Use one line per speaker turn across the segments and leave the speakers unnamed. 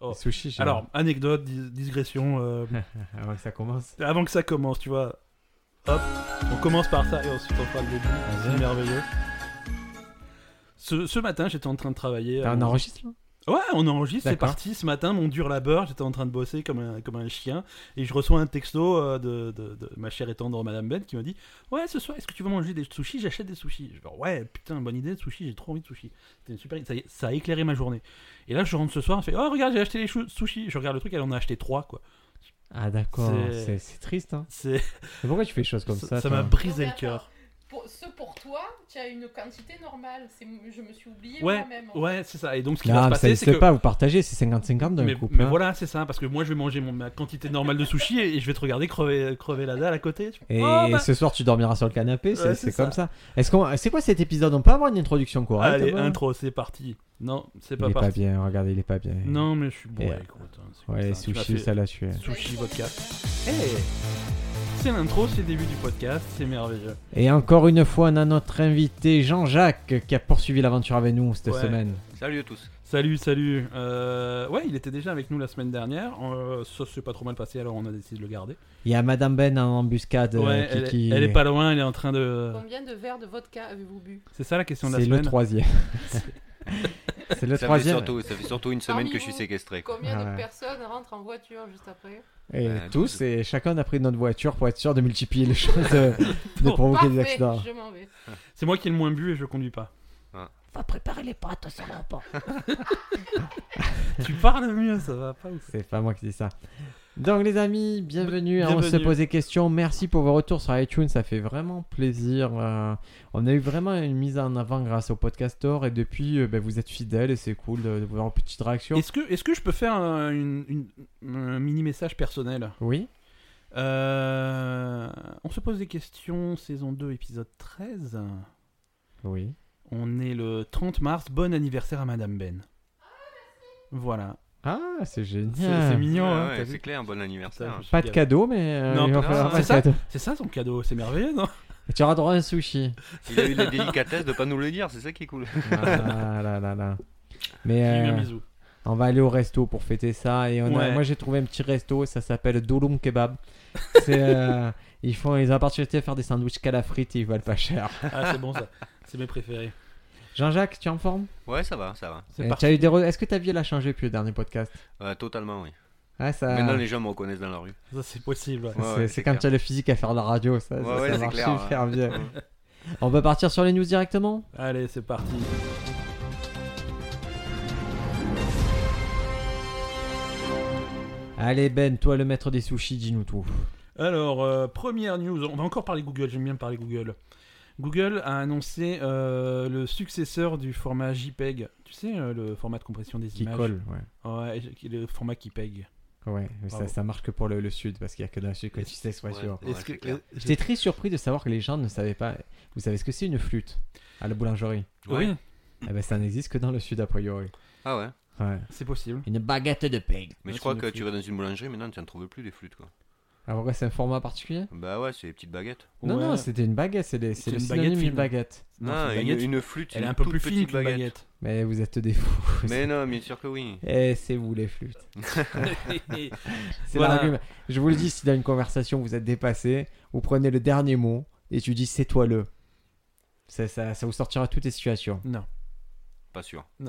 Oh.
Sushi, j'ai-
Alors, anecdote, dis- digression, euh,
Avant que ça commence.
avant que ça commence, tu vois. Hop, on commence par ça et ensuite on fera le début. C'est merveilleux. Ce, ce matin, j'étais en train de travailler.
T'as
euh,
un enregistrement
Ouais, on enregistre, c'est
D'accord.
parti. Ce matin, mon dur labeur, j'étais en train de bosser comme un, comme un chien. Et je reçois un texto euh, de, de- de ma chère et tendre Madame Ben qui me dit Ouais, ce soir, est-ce que tu veux manger des sushis J'achète des sushis. Je dis Ouais, putain, bonne idée de sushis, j'ai trop envie de sushis. C'était une super idée. Ça, y est, ça a éclairé ma journée. Et là, je rentre ce soir, je fais Oh, regarde, j'ai acheté les chou- sushis. Je regarde le truc, elle en a acheté trois, quoi.
Ah d'accord,
C'est-
c'est c'est triste. Hein.
C'est,
Mais pourquoi tu fais des choses comme ça
ça ça
toi
m'a brisé le cœur.
Pour, ce pour toi, tu as une quantité normale. C'est- Je me suis oubliée
Ouais,
moi-même.
Ouais, c'est ça. Et donc, ce qui va
Non,
se
mais ça
passer, c'est
n'existe
que.
pas, vous partagez, c'est 50-50 dans
Mais,
le couple.
mais
hein.
voilà, c'est ça, parce que moi je vais manger mon, ma quantité normale de sushis et, et je vais te regarder crever, crever la dalle à côté. tu vois.
Et
Oh, bah,
ce soir, tu dormiras sur le canapé, c'est
Ouais,
c'est
c'est
comme ça. Est-ce qu'on, c'est quoi cet épisode On peut avoir une introduction correcte
Allez,
bah
intro, c'est parti. Non, c'est
Il
pas
est pas
parti.
bien, regardez, il est pas bien.
non, mais je suis bon.
Et-
ouais, écoute, hein, c'est comme
Ouais, les
ça, tu m'as
sushis,
fait-
ça l'a tué.
Sushi, vodka. Hey c'est l'intro, c'est le début du podcast, c'est merveilleux.
Et encore une fois, on a notre invité Jean-Jacques qui a poursuivi l'aventure avec nous cette
Ouais.
semaine.
Salut à tous.
Salut, salut. Euh, ouais, il était déjà avec nous la semaine dernière. Euh, ça s'est pas trop mal passé, alors on a décidé de le garder.
Il y a Madame Ben en embuscade euh,
ouais,
qui-
elle,
qui-
elle est pas loin, elle est en train de.
Combien de verres de vodka avez-vous bu
C'est ça la question de la
C'est
semaine.
le troisième. c'est le
ça,
troisième.
Fait surtout, ça fait surtout une semaine
Parmi
que je suis
vous.
séquestré.
Combien
Ouais.
de personnes rentrent en voiture juste après
Et
Euh,
tous,
douze.
et chacun a pris notre voiture pour être sûr de multiplier les chances de, de provoquer
Parfait,
des accidents.
je m'en vais.
C'est moi qui ai le moins bu et je conduis pas.
Ah.
Va préparer les pâtes, salopard.
tu parles mieux, ça va pas ou ça
C'est pas moi qui dis ça. Donc les amis, bienvenue, à On se
Bienvenue.
pose des questions. Merci pour vos retours sur iTunes, ça fait vraiment plaisir. Euh, on a eu vraiment une mise en avant grâce au podcast store et depuis, euh, ben, vous êtes fidèles et c'est cool de, de voir une petite réaction.
Est-ce que, est-ce que je peux faire un, une- une- un mini message personnel
Oui,
Euh, On se pose des questions, saison 2, épisode 13.
oui.
On est le 30 mars, bon anniversaire à Madame Ben. Voilà.
Ah, c'est
C'est,
génial.
c'est mignon,
Ah
hein,
ouais,
t'as
c'est
vu
clair, bon anniversaire.
Putain, je
Pas de
suis
cadeau, mais euh,
Non,
il va
non,
falloir
c'est
un
ça.
cadeau.
C'est ça son cadeau, c'est merveilleux, non
Et Tu auras droit à un sushi.
hein. Il a eu la délicatesse de pas nous le dire, c'est ça qui est cool.
ah là là là. Mais
J'ai eu
euh,
un bisou.
On va aller au resto pour fêter ça. Et on a-
Ouais.
moi, j'ai trouvé un petit resto, ça s'appelle Dolum Kebab. C'est, euh, ils, font, ils ont la particularité de faire des sandwichs calafrites et ils valent pas cher.
Ah, c'est bon ça. C'est mes préférés.
Jean-Jacques, tu es en forme
Ouais, ça va, ça va.
C'est
Euh,
parti.
t'as eu des re- Est-ce que ta vie elle a changé depuis le dernier podcast
Euh, totalement, oui.
ah,
Euh.
ça...
Maintenant, les gens me reconnaissent dans la rue.
Ça, c'est possible. ouais.
C'est,
Ouais, ouais,
c'est
c'est
quand
clair.
tu as le physique à faire de la radio, ça,
Ouais,
ça,
ouais,
ça
c'est
marche
clair,
super
ouais.
bien. on peut partir sur les news directement
Allez, c'est parti.
Allez Ben, toi le maître des sushis, dis-nous tout.
Alors, euh, première news, on va encore parler Google, j'aime bien parler Google. Google a annoncé euh, le successeur du format JPEG. Tu sais, euh, le format de compression des
Qui
images.
colle, ouais.
Ouais, qui- le format qui peg.
Ouais, mais ça,
Bravo.
ça marque que pour le, le sud, parce qu'il n'y a que dans le sud que
Et-
tu sais, sois
ouais.
sûr.
Ouais,
Est-ce que-
c'est clair.
euh,
J'étais très surpris de savoir que les gens ne savaient pas. Vous savez ce que c'est une flûte à la boulangerie
Oui,
Ouais.
Eh ben, ça n'existe que dans le sud, a priori.
Ah ouais.
Ouais.
c'est possible.
Une baguette de peg.
Mais
Ouais,
je crois
c'est
que
une
tu vas dans une boulangerie, maintenant, tu n'en trouves plus des flûtes, quoi.
Alors Ah, pourquoi c'est un format particulier
Bah ouais, c'est des petites baguettes.
Non,
Ouais.
non, c'était une baguette. C'est les-
C'est
c'est le
une
synonyme
baguette
d'une
fine.
baguette.
Non,
Ah,
c'est une
une,
baguette.
une flûte, c'est
Elle est
une
un peu
toute
plus fine
petite
qu'une baguette.
Mais vous êtes des fous.
Mais non, bien sûr que oui.
Eh, c'est vous les flûtes. C'est
Voilà.
l'argument. Je vous le dis, si dans une conversation vous êtes dépassé, vous prenez le dernier mot et tu dis c'est toi le. Ça, ça, ça vous sortira toutes les situations.
non.
Pas sûr.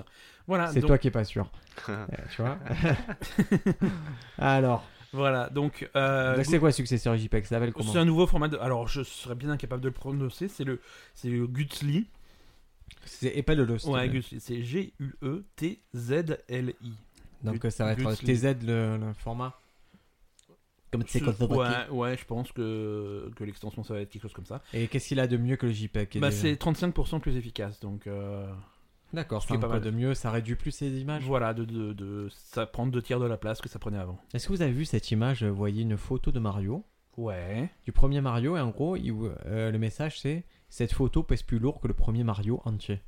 Voilà,
c'est
Ah, donc,
toi qui es pas sûr. Euh, tu vois Alors,
voilà, donc, euh,
donc Bah, c'est quoi successeur JPEG Ça s'appelle comment
c'est un nouveau format de... Alors, je serais bien incapable de le prononcer, c'est le, c'est le Gutzli.
C'est épale-le. s'il te
Ouais,
plaît.
Gutzli, c'est E G-U-E-T-Z-L-I.
Donc euh, ça va être
Gutsli.
TZ le, le format. Comme
Ce- ouais, ouais, je pense que, que l'extension, ça va être quelque chose comme ça.
Et qu'est-ce qu'il a de mieux que le JPEG
Bah,
déjà
c'est 35% plus efficace, donc euh,
D'accord,
ce
c'est
qui est pas
un peu
mal.
de mieux, ça réduit plus les images.
voilà, de, de, de- ça prend deux tiers de la place que ça prenait avant.
Est-ce que vous avez vu cette image Vous voyez une photo de Mario,
Ouais.
du premier Mario, et en gros, il- euh, le message c'est cette photo pèse plus lourd que le premier Mario entier.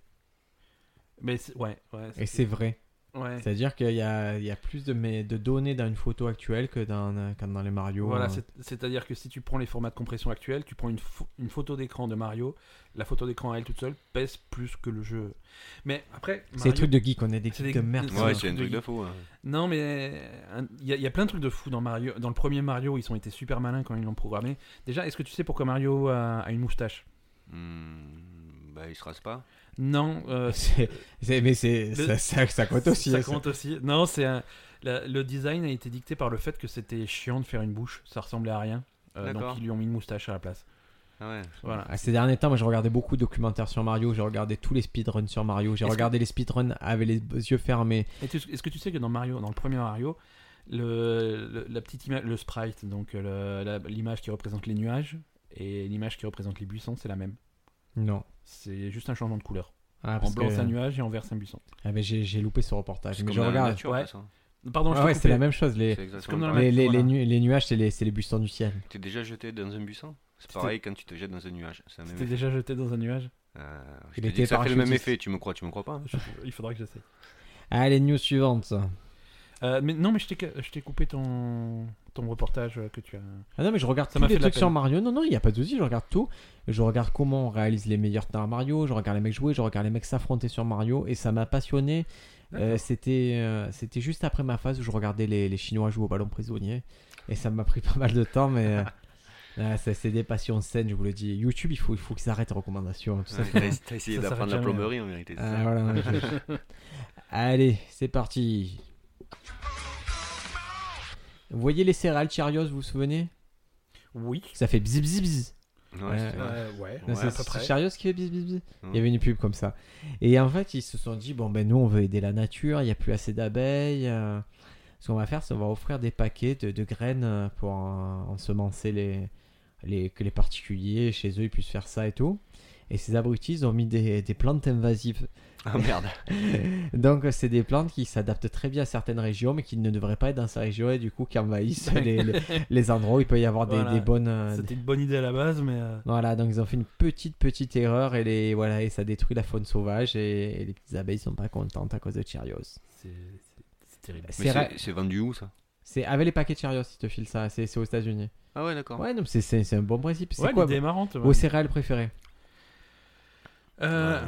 Mais c'est- ouais, ouais.
Et c'est vrai.
Ouais.
C'est-à-dire qu'il y a, il y a plus de, mais, de données dans une photo actuelle que dans, euh, que dans les Mario.
Voilà,
euh.
c'est- c'est-à-dire que si tu prends les formats de compression actuels, tu prends une, pho- une photo d'écran de Mario, la photo d'écran à elle toute seule pèse plus que le jeu. Mais après,
C'est des
Mario-
trucs de geek, on est des
C'est
geeks
des-
de merde.
Ouais,
ça.
Ouais,
c'est
c'est
un
un
truc
truc
de
de faux. hein.
Non, mais un- il y, a- il y a plein de trucs de fous dans Mario. Dans le premier Mario, ils ont été super malins quand ils l'ont programmé. Déjà, est-ce que tu sais pourquoi Mario a, a une moustache
Hmm, bah, il se rase pas.
Non, euh,
C'est- c'est- mais c'est,
Le-
ça, ça, ça compte aussi.
Ça
hein,
compte aussi. Non, c'est un- la- le design a été dicté par le fait que c'était chiant de faire une bouche. Ça ressemblait à rien. Euh, donc
D'accord.
ils lui ont mis une moustache à la place.
Ah ouais.
Voilà.
Ah, ces derniers temps, moi, j'ai regardé beaucoup de documentaires sur Mario. J'ai regardé tous les speedruns sur Mario. J'ai
Est-ce
regardé les speedruns avec les yeux fermés.
Et tu- Est-ce que tu sais que dans Mario, dans le premier Mario, le, le- la petite ima- le sprite, donc euh, le- la- l'image qui représente les nuages et l'image qui représente les buissons, c'est la même.
Non.
C'est juste un changement de couleur.
Ah,
en
parce
blanc,
que-
c'est un nuage et en vert, c'est un buisson.
Ah, mais j'ai, j'ai loupé ce reportage.
C'est
Mais
comme
je
dans la
regarde.
nature,
Ouais.
ça.
Pardon, je
Ah
t'ai
ouais,
coupé.
c'est la même chose. Les,
C'est
comme
exactement
dans la
pareil.
les, les,
Voilà.
les nu- les nuages, c'est les, c'est les buissons du ciel.
T'es déjà jeté dans un buisson C'est
C'était-
pareil quand tu te jettes dans un nuage. C'est un même
T'es
effet.
déjà jeté dans un nuage
Euh,
Il
je t'ai dit
était
que ça fait le même
parachutiste.
effet. Tu me crois, tu me crois pas hein
Je- Il faudra que j'essaie.
Allez, Ah, news suivante.
Euh, mais non, mais je t'ai ca- je t'ai coupé ton, ton reportage euh, que tu as.
Ah non, mais je regarde
Ça
tous
m'a fait
les
de la
trucs sur
peine.
Mario. Non, non, il n'y a pas de souci, je regarde tout. Je regarde comment on réalise les meilleurs dans Mario. Je regarde les mecs jouer, je regarde les mecs s'affronter sur Mario. Et ça m'a passionné.
D'accord.
Euh, C'était euh, c'était juste après ma phase où je regardais les, les Chinois jouer au ballon prisonnier. Et ça m'a pris pas mal de temps, mais. euh, ah, ça, c'est des passions saines, je vous le dis. YouTube, il faut, il faut qu'ils arrêtent les recommandations. hein, Tout ça,
Ouais,
faut-
T'as t'as essayé
Ça
d'apprendre la
s'arrête jamais,
plomberie en vérité. c'est
Ah,
ça
voilà, non, je- Allez, c'est parti. Vous voyez les céréales Cheerios, vous vous souvenez
Oui. Euh,
Ça fait bzz bzz bzz.
Ouais, c'est ça.
ouais.
Non,
Ouais,
c'est-
à
peu près. Hmm.
c'est Chariot qui fait bis bis bis. Il y
Mm.
avait une pub comme ça. Et en fait, ils se sont dit bon ben nous on veut aider la nature, il n'y a plus assez d'abeilles. euh, ce qu'on va faire, c'est on va offrir des paquets de, de graines euh, pour euh, ensemencer les, les que les particuliers chez eux ils puissent faire ça et tout. Et ces abrutis, ils ont mis des, des plantes invasives.
Ah merde.
Donc, euh, c'est des plantes qui s'adaptent très bien à certaines régions, mais qui ne devraient pas être dans ces régions et du coup qui envahissent les, les- les endroits où il peut y avoir des,
Voilà.
des bonnes, euh,
C'était une bonne idée à la base, mais. euh,
voilà, donc ils ont fait une petite petite erreur et les voilà et ça détruit la faune sauvage et, et les petites abeilles sont pas contentes à cause de Cheerios.
C'est c'est- c'est terrible.
C'est
Mais
ra-
c'est- c'est vendu où ça
c'est avec les paquets Cheerios ils te filent ça, c'est c'est aux États-Unis.
Ah ouais, d'accord.
Ouais, non, mais c'est- c'est c'est un bon principe. C'est
Ouais,
quoi
l'idée est marrante. ouais.
vos céréales préférées
Euh,
Ouais.
Moi,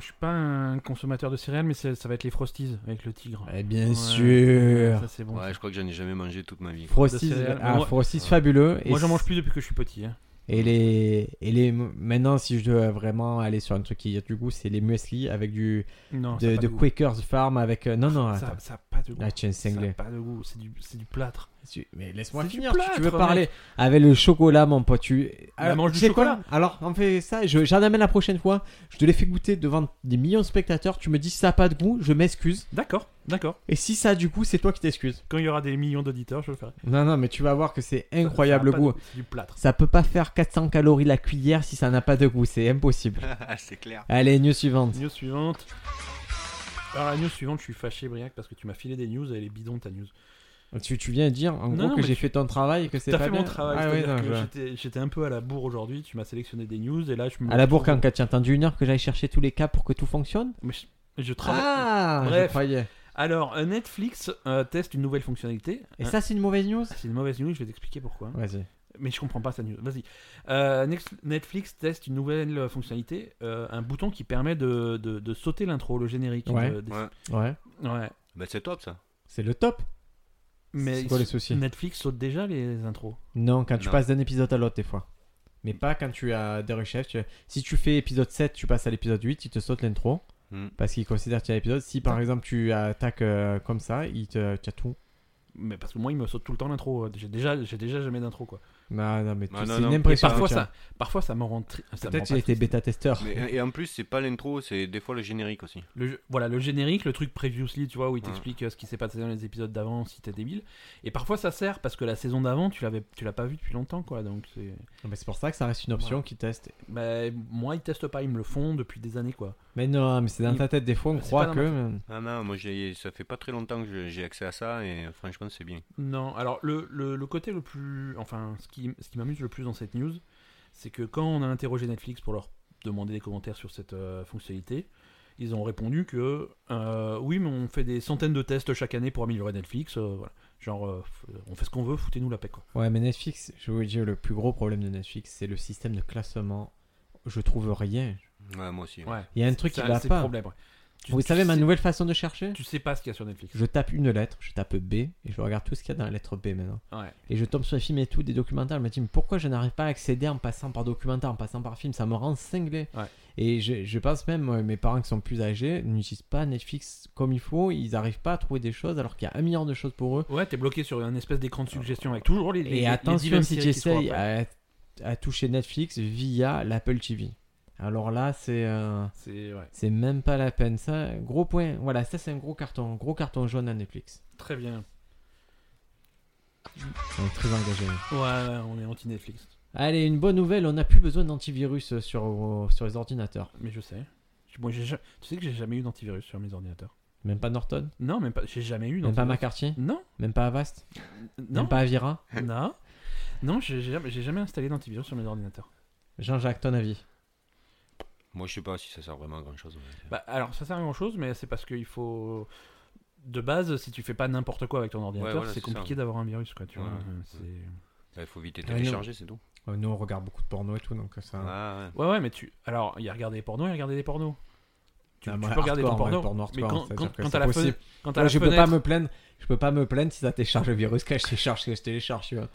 je suis pas un consommateur de céréales, mais c'est- ça va être les Frosties avec le tigre.
Eh bien
Ouais.
sûr.
Ça, c'est bon.
Ouais, je crois que j'en ai jamais mangé toute ma vie.
Frosties,
De céréales.
ah,
Moi-
Frosties fabuleux.
Moi,
Et
j'en mange
c-
plus depuis que je suis petit. hein.
Et les, et les, maintenant, si je dois vraiment aller sur un truc qui a du goût, c'est les muesli avec du
Non, ça a
de,
pas
de
goût.
Quaker's Farm avec euh, non non
Ça,
attends, Ah,
ça a pas de goût.
la chaîne
ça a
cinglée.
pas de goût. C'est du, c'est du plâtre.
Tu- Mais laisse-moi
C'est du
finir.
plâtre,
tu veux
mec.
parler avec le chocolat, mon pote. Tu
Bah, mange du
tu sais quoi
chocolat.
Alors, on fait ça. je- J'en amène la prochaine fois. Je te l'ai fait goûter devant des millions de spectateurs. Tu me dis ça a pas de goût. Je m'excuse.
D'accord, d'accord.
Et si ça a du goût, c'est toi qui t'excuses.
Quand il y aura des millions d'auditeurs, je le ferai.
Non, non, mais tu vas voir que c'est
Ça- ça
incroyable
a pas
goût.
de C'est du plâtre.
Ça peut pas faire 400 calories la cuillère si ça n'a pas de goût. C'est impossible.
Ah, c'est clair.
Allez, news suivante.
News suivante. Alors, la news suivante, je suis fâché, Briac, parce que tu m'as filé des news et elle est bidon ta news.
Tu, tu viens de dire
Non,
en gros
non,
que
mais
j'ai
tu-
fait ton travail et que c'est
T'as
pas
fait
bien.
mon travail,
Ah, ouais,
c'est-à-dire
non,
que
je-
j'étais- j'étais un peu à la bourre aujourd'hui, tu m'as sélectionné des news et là je me...
À la bourre quand quand tu as entendu une heure que j'aille chercher tous les cas pour que tout fonctionne.
Mais je, je travaille.
Ah, je
Bref.
croyais.
Alors, euh, Netflix euh, teste une nouvelle fonctionnalité.
Et
Hein,
ça, c'est une mauvaise news
c'est une mauvaise news, je vais t'expliquer pourquoi. hein.
Vas-y.
Mais je comprends pas sa news. Vas-y. Euh, Nex- Netflix teste une nouvelle euh, fonctionnalité, euh, un bouton qui permet de, de- de sauter l'intro, le générique.
Ouais.
de- des-
Ouais.
Ouais.
Ouais.
Bah, c'est top ça.
C'est le top.
Mais
C'est quoi le souci
Netflix saute déjà les intros.
Non, quand tu
Non.
passes d'un épisode à l'autre, des fois. Mais pas quand tu as des rechefs. tu- Si tu fais épisode 7, tu passes à l'épisode 8, il te saute l'intro.
Hmm.
Parce qu'il considère qu'il y a l'épisode. Si par exemple tu attaques euh, comme ça, il te. Tu as tout.
Mais parce que moi, il me saute tout le temps l'intro. euh, J'ai déjà, j'ai déjà jamais d'intro quoi.
Non, non, mais tu-
Ah, non,
c'est une
non.
Bah, Et
impression.
parfois
que tu as.
ça, parfois ça me rend tri- ça me rend
Peut-être
pas
j'ai été
triste.
bêta-testeur.
Mais- et en plus, c'est pas l'intro, c'est des fois le générique aussi.
Le, voilà, le générique, le truc previously, tu vois, où il
Ouais.
t'explique euh, ce qui s'est passé dans les épisodes d'avant, si t'es débile. Et parfois ça sert parce que la saison d'avant, tu l'avais, tu l'as pas vu depuis longtemps, quoi. Donc c'est,
Mais c'est pour ça que ça reste une option qui teste.
bah, moi ils testent pas, ils me le font depuis des années, quoi.
Mais non, hein, mais c'est dans
Il-
ta tête. Des fois, on
C'est pas
croit
dans
que.
Ah non, moi j'ai- ça fait pas très longtemps que je- j'ai accès à ça et euh, franchement c'est bien.
Non, alors le, le, le côté le plus, enfin, ce qui, ce qui m'amuse le plus dans cette news, c'est que quand on a interrogé Netflix pour leur demander des commentaires sur cette euh, fonctionnalité, Ils ont répondu que euh, oui, mais on fait des centaines de tests chaque année pour améliorer Netflix. euh, voilà. Genre, euh, f- on fait ce qu'on veut, foutez-nous la paix. Quoi.
Ouais, mais Netflix, je vous dire, le plus gros problème de Netflix, c'est le système de classement. Je trouve rien.
Ouais, moi aussi.
Ouais.
Il y a un truc qui
Ça,
va
c'est
pas.
le problème. ouais. Tu-
Vous
tu
savez ma
sais-
nouvelle façon de chercher
Tu sais pas ce qu'il y a sur Netflix.
Je tape une lettre, je tape B, et je regarde tout ce qu'il y a dans la lettre B maintenant.
Ouais.
Et je tombe sur les films et tout, des documentaires. Je me dis, mais pourquoi je n'arrive pas à accéder en passant par documentaire, en passant par film Ça me rend cinglé.
Ouais.
Et je, je pense même, euh, mes parents qui sont plus âgés n'utilisent pas Netflix comme il faut. Ils n'arrivent pas à trouver des choses alors qu'il y a un milliard de choses pour eux.
Ouais, t'es bloqué sur une espèce d'écran de suggestion avec toujours les. les- les-
Ah. Et
les
attention
diverses
si
séries qui se font
j'essaye
après.
à, à toucher Netflix via l'Apple TV. Alors là, c'est euh,
C'est ouais.
c'est même pas la peine. Ça, gros point. Voilà, ça c'est un gros carton, gros carton jaune à Netflix.
très bien.
On est très engagé.
Ouais, ouais, on est anti-Netflix.
Allez, une bonne nouvelle, on n'a plus besoin d'antivirus sur, vos- sur les ordinateurs.
Mais je sais. Moi, j'ai ja- tu sais que j'ai jamais eu d'antivirus sur mes ordinateurs.
Même pas Norton,
Non, même pas. J'ai jamais eu
même pas
d'antivirus.
McCarthy,
Non,
même pas Avast,
non,
même pas Avira.
non. Non, j'ai j'ai jamais, j'ai jamais installé d'antivirus sur mes ordinateurs.
Jean-Jacques, ton avis
Moi, je sais pas si ça sert vraiment à euh, grand chose.
Bah, alors, ça sert à grand chose, mais c'est parce qu'il faut. De base, si tu fais pas n'importe quoi avec ton ordinateur,
voilà,
c'est
c'est ça.
compliqué d'avoir un virus, quoi. Tu vois,
Ouais,
euh, c'est-
Il faut éviter de
Ah, non.
télécharger, c'est tout.
Euh, Nous on regarde beaucoup de porno et tout, donc ça.
Ah, ouais.
ouais, ouais, mais tu. Alors, il y a regardé des pornos, il y a regardé des pornos. Tu,
Ah,
tu
moi,
peux regarder ton
hardcore,
porno,
moi, le porno
mais
hardcore,
quand,
c'est-à-dire
quand,
que
quand
c'est
t'as la,
possible.
fenêtre- quand t'as
Moi,
la
je peux
fenêtre,
pas me plaindre. Je peux pas me plaindre si ça télécharge le virus que je télécharge, que je télécharge. Tu vois.